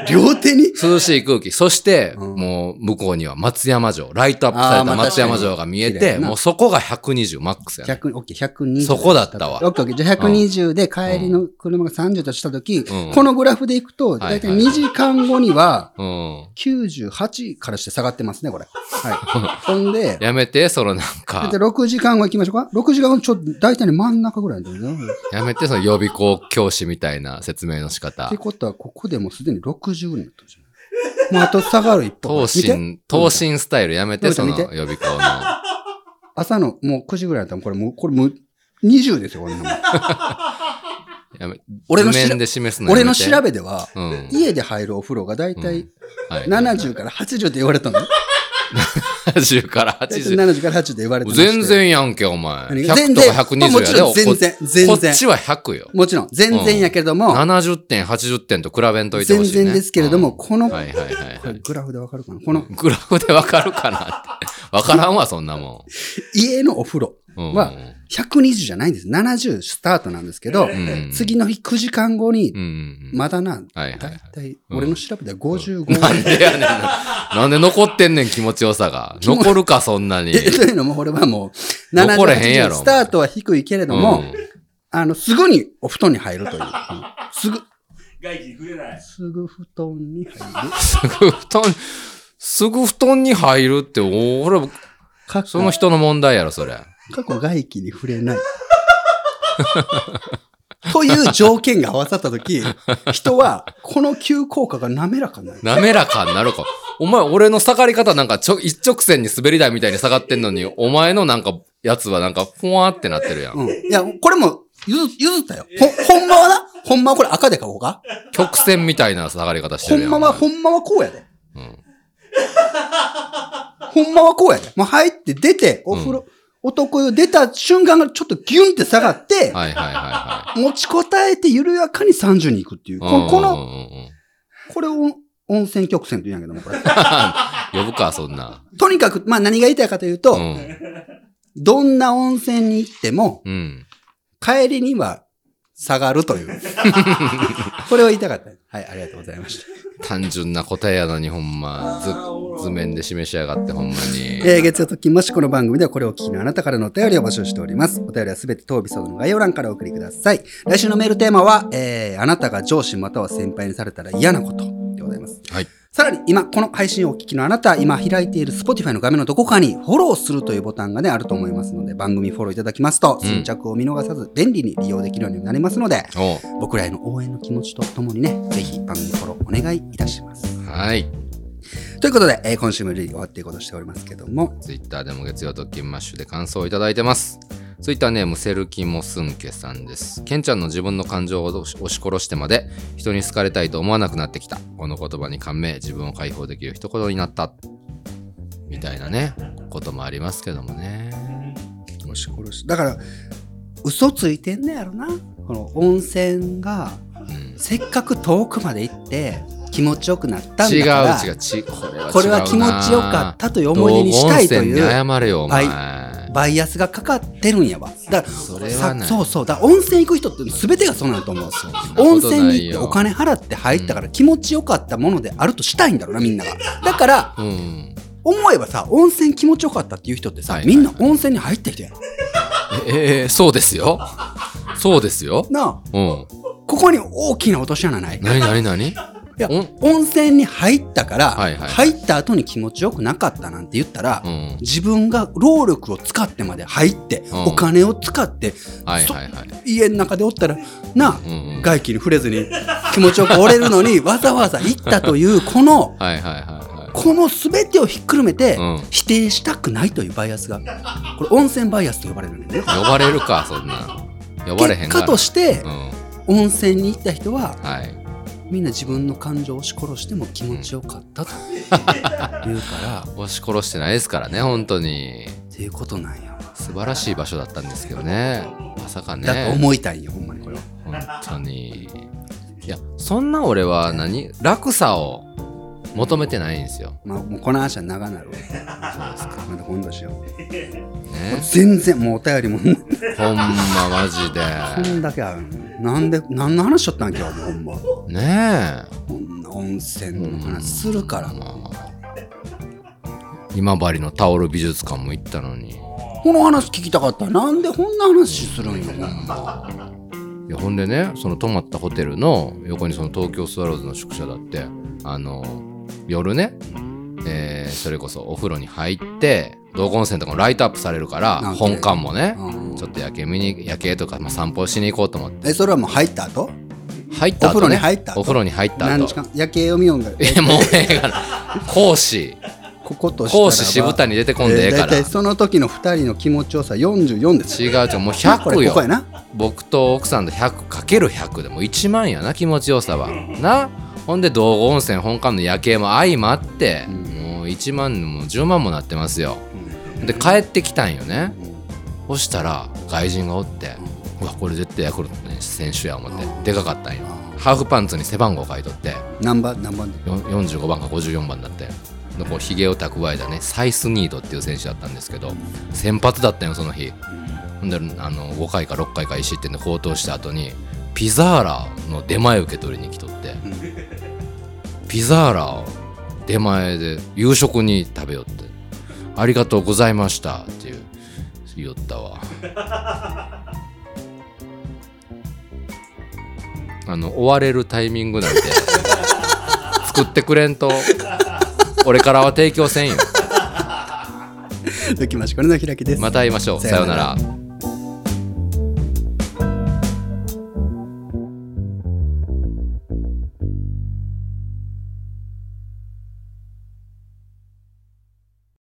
Speaker 1: 両手に
Speaker 2: 涼しい空気。そして、
Speaker 1: うん
Speaker 2: もう向こうには松山城、ライトアップされ
Speaker 1: あーま
Speaker 2: た
Speaker 1: あ
Speaker 2: 松山城が見え
Speaker 1: 確かに綺
Speaker 2: て、
Speaker 1: 麗やな
Speaker 2: もうそこが120マックスやね。
Speaker 1: 100、オッケー、120。
Speaker 2: そこだったわ
Speaker 1: オッケー、オッケー。じゃあ120で帰りの車が30としたとき、
Speaker 2: うん
Speaker 1: このグラフでいくと、だいたい2時間後には、
Speaker 2: うん。
Speaker 1: 98からして下がってますね、これ。 はい。ほんで、
Speaker 2: やめて、そのなんか
Speaker 1: で、6時間後行きましょうか。6時間後、ちょっと、大体ね真ん中ぐらいなんだよね。
Speaker 2: やめて、その予備校教師みたいな説明の仕
Speaker 1: っ
Speaker 2: 方
Speaker 1: て。ことは、ここでもうすでに60年とじゃん。もうあと下がる一歩。
Speaker 2: 東
Speaker 1: 見て。
Speaker 2: 進、東進スタイルやめて、
Speaker 1: 見て
Speaker 2: そ
Speaker 1: 見
Speaker 2: の
Speaker 1: て
Speaker 2: 予備校の。
Speaker 1: 朝のもう9時ぐらいだったら、これもう、これもう20ですよ、こんなもん
Speaker 2: やめ
Speaker 1: 俺のしら
Speaker 2: 図面で示すのやめ
Speaker 1: 俺
Speaker 2: て
Speaker 1: の調べでは、
Speaker 2: うん。
Speaker 1: 家で入るお風呂が大体
Speaker 2: はい。
Speaker 1: 70から80って言われ たの。
Speaker 2: 70から
Speaker 1: 大体
Speaker 2: 80。
Speaker 1: 70から80って言われてまして
Speaker 2: 全。然やんけ、お前。
Speaker 1: 何
Speaker 2: 100
Speaker 1: が全
Speaker 2: と
Speaker 1: 然
Speaker 2: か120
Speaker 1: まあ
Speaker 2: やで。
Speaker 1: もちろん全然
Speaker 2: こ
Speaker 1: 全然
Speaker 2: こっちは100よ。
Speaker 1: もちろん、全然やけれども、
Speaker 2: 70点、80点と比べんといて
Speaker 1: 全
Speaker 2: ほしい、ね。
Speaker 1: 然ですけれども、
Speaker 2: うん
Speaker 1: この、
Speaker 2: はいはいはい
Speaker 1: こ
Speaker 2: は
Speaker 1: れ
Speaker 2: い。
Speaker 1: グラフでわかるかなこの、
Speaker 2: グラフでわかるかなって。わからんわ、そんなも
Speaker 1: 家のお風呂
Speaker 2: ん。うん、
Speaker 1: は120じゃないんです。70スタートなんですけど、
Speaker 2: うん
Speaker 1: 次の日9時間後に
Speaker 2: う、ん。
Speaker 1: まだな、
Speaker 2: は
Speaker 1: だ
Speaker 2: いはいいは
Speaker 1: た
Speaker 2: い
Speaker 1: い俺の調べでは55。
Speaker 2: なんでやねんな。なんで残ってんねん、気持ちよさが。残るか、そんなに。
Speaker 1: えというのも、俺はもう、70
Speaker 2: 残れへんやろ
Speaker 1: スタートは低いけれども、あの、すぐにお布団に入る という。うんすぐ、
Speaker 3: 外気に触れない。
Speaker 1: すぐ布団に入る。
Speaker 2: すぐ布団、すぐ布団に入るって、俺、
Speaker 1: 過去
Speaker 2: その人の問題やろ、それ。
Speaker 1: 過去外気に触れない。 という条件が合わさったとき、人は、この急降下が滑らかになる。
Speaker 2: 滑らかになるか。お前、俺の下がり方なんかちょ、一直線に滑り台みたいに下がってんのに、お前のなんか、やつはなんか、ふわーってなってるやん。
Speaker 1: うん。いや、これも、ゆず、譲ったよ。ほ、ほんまはな、ほんまはこれ赤で書こうか。
Speaker 2: 曲線みたいな下がり方して
Speaker 1: ほ
Speaker 2: るや
Speaker 1: ん
Speaker 2: ん。
Speaker 1: まは、
Speaker 2: お前
Speaker 1: ほんまはこうやで。
Speaker 2: うん
Speaker 1: ほんまはこうやで。もう入って出て、お風呂、男湯出た瞬間がちょっとギュンって下がって、
Speaker 2: はいはいはいは
Speaker 1: 持ちこたえて緩やかに30に行くっていう。
Speaker 2: い。
Speaker 1: この、こ
Speaker 2: うん
Speaker 1: の
Speaker 2: うんうんうん
Speaker 1: これを温泉曲線と言うんやけども、これ。
Speaker 2: 呼ぶか、そんな。
Speaker 1: とにかく、まあ何が言いたいかというと、
Speaker 2: うん。
Speaker 1: どんな温泉に行っても、
Speaker 2: うん。
Speaker 1: 帰りには下がると いう。これを言いたかった。はい、ありがとうございました。
Speaker 2: 単純な答えやのに、ほんま。図、図面で示しやがって、ほんまに。
Speaker 1: えー、月曜と金もしこの番組ではこれを聞きのあなたからのお便りを募集しております。お便りはすべて当エピソードの概要欄からお送りください。来週のメールテーマは、えー、あなたが上司または先輩にされたら嫌なことでございます。
Speaker 2: はい。
Speaker 1: さらに今、この配信をお聞きのあなた、今開いている Spotify の画面のどこかにフォローするというボタンがね、あると思いますので、番組フォローいただきますと、
Speaker 2: うん
Speaker 1: 先着を見逃さず便利に利用できるようになりますので、
Speaker 2: お
Speaker 1: 僕らへの応援の気持ちとともにね、ぜひ番組フォローお願いいたします。
Speaker 2: はい。
Speaker 1: ということで、えー今週もリリー終わっていこうとしておりますけども、
Speaker 2: ツイッターでも月曜特勤マッシュで感想をいただいてます。ツイッターネームセルキモスンケさんです。ケンちゃんの自分の感情を押し押し殺してまで人に好かれたいと思わなくなってきた。この言葉に感銘、自分を解放できる一言になった。みたいなね、こともありますけどもね。
Speaker 1: 押し殺しだから嘘ついてんねやろなこの温泉が
Speaker 2: うん
Speaker 1: せっかく遠くまで行って気持ちよくなったん
Speaker 2: 違う
Speaker 1: だ
Speaker 2: 違
Speaker 1: から
Speaker 2: う、ちこれは違うな。
Speaker 1: これは気持ちよかったという思い出にしたいとい
Speaker 2: 道後温
Speaker 1: う
Speaker 2: 泉に謝れよ、お前。
Speaker 1: バイアスがかかってるんやわだから
Speaker 2: それはない
Speaker 1: さそうそうだから温泉行く人って全てがそうなんだと思う
Speaker 2: ことないよ
Speaker 1: 温泉に行ってお金払って入ったから気持ちよかったものであるとしたいんだろうなみんながだから
Speaker 2: うん。
Speaker 1: 思えばさ温泉気持ちよかったっていう人ってさ、
Speaker 2: はいはいはい
Speaker 1: みんな温泉に入った人やん
Speaker 2: ええそうですよ。そうですよ。
Speaker 1: なあ
Speaker 2: うん。
Speaker 1: ここに大きな落とし穴ない
Speaker 2: なになになに
Speaker 1: いや
Speaker 2: おん
Speaker 1: 温泉に入ったから、
Speaker 2: はいはい
Speaker 1: 入った後に気持ちよくなかったなんて言ったら、
Speaker 2: うん。
Speaker 1: 自分が労力を使ってまで入って、
Speaker 2: ん
Speaker 1: お金を使って
Speaker 2: はいはいはい。
Speaker 1: 家の中でおったらなあ、
Speaker 2: うんうん
Speaker 1: 外気に触れずに気持ちよく折れるの にわざわざ行ったというこの
Speaker 2: はいはいはいは
Speaker 1: この全てをひっくるめて、
Speaker 2: うん
Speaker 1: 否定したくないというバイアスがこれ温泉バイアスと呼ばれるんだよね。
Speaker 2: い。呼ばれるか、そんなん。呼ばれへ
Speaker 1: 結
Speaker 2: んから。
Speaker 1: 果として
Speaker 2: う、ん。
Speaker 1: 温泉に行った人は
Speaker 2: はい。
Speaker 1: みんな自分の感情を押し殺しても気持ちよかったと言うから
Speaker 2: 押し殺してないですからね、本当に。
Speaker 1: っていうことなんや、
Speaker 2: 素晴らしい場所だったんですけどね。まさか
Speaker 1: だと
Speaker 2: ね。
Speaker 1: 思いたいよほんまにこれは
Speaker 2: 本当に。いや、そんな俺は何楽さを求めてないんですよ。
Speaker 1: まあもうこの話は長なるわ
Speaker 2: そうですか
Speaker 1: また今度しよう
Speaker 2: ね。
Speaker 1: 全然もうお便りも
Speaker 2: ほんまマジで。
Speaker 1: こんだけあるのになんで、何の話しちゃったん今日もうほんま。
Speaker 2: ねえ。
Speaker 1: こんな温泉の話するから。
Speaker 2: まあ今治のタオル美術館も行ったのに。い
Speaker 1: この話聞きたかった。なんでこんな話するんよ、ほんま。
Speaker 2: やほんでね、その泊まったホテルの横にその東京スワローズの宿舎だって、あの、夜ね、えーそれこそお風呂に入って、道後温泉とかもライトアップされるから、
Speaker 1: なんて
Speaker 2: 本館もね、
Speaker 1: うん
Speaker 2: ちょっと夜景見に、夜景とか、まあ、散歩しに行こうと思って。
Speaker 1: え、それはもう入った後
Speaker 2: 入った後、
Speaker 1: お
Speaker 2: ね、
Speaker 1: 風呂に入った後
Speaker 2: お風呂に入った
Speaker 1: 何
Speaker 2: 後
Speaker 1: 時。間夜景を見ようんが。
Speaker 2: いや、もうええがな。講師、
Speaker 1: こことしたらば
Speaker 2: 講師渋谷出てこんでええか
Speaker 1: だい
Speaker 2: ら。
Speaker 1: た
Speaker 2: 違
Speaker 1: いその時の2人の気持ちよさ44です
Speaker 2: う違う、もう
Speaker 1: これ
Speaker 2: 100
Speaker 1: ここや
Speaker 2: よ。
Speaker 1: な
Speaker 2: 僕と奥さんと 100×100 でもう1万やな、気持ちよさは。な。ほんで、道後温泉本館の夜景も相まって、
Speaker 1: うん
Speaker 2: もう1万も10万もなってますよ。で、帰ってきたんよね。そしたら、外人がおって、うわ、これ絶対ヤクルトの選手や思って、でかかったんよ。ハーフパンツに背番号書いとって、
Speaker 1: 何番何 番で
Speaker 2: よん45番か54番だってのこうひげを蓄えたねサイスニードっていう選手だったんですけど先発だったよその日ほんであの5回か6回か1失点で好投した後にピザーラの出前受け取りに来とって
Speaker 1: うん
Speaker 2: ピザーラを出前で夕食に食べよって「ありがとうございました」っていう言ったわあの追われるタイミングなんて作ってくれんと俺からは提供せんよ
Speaker 1: できましこれの開きです
Speaker 2: また会いましょうさようなら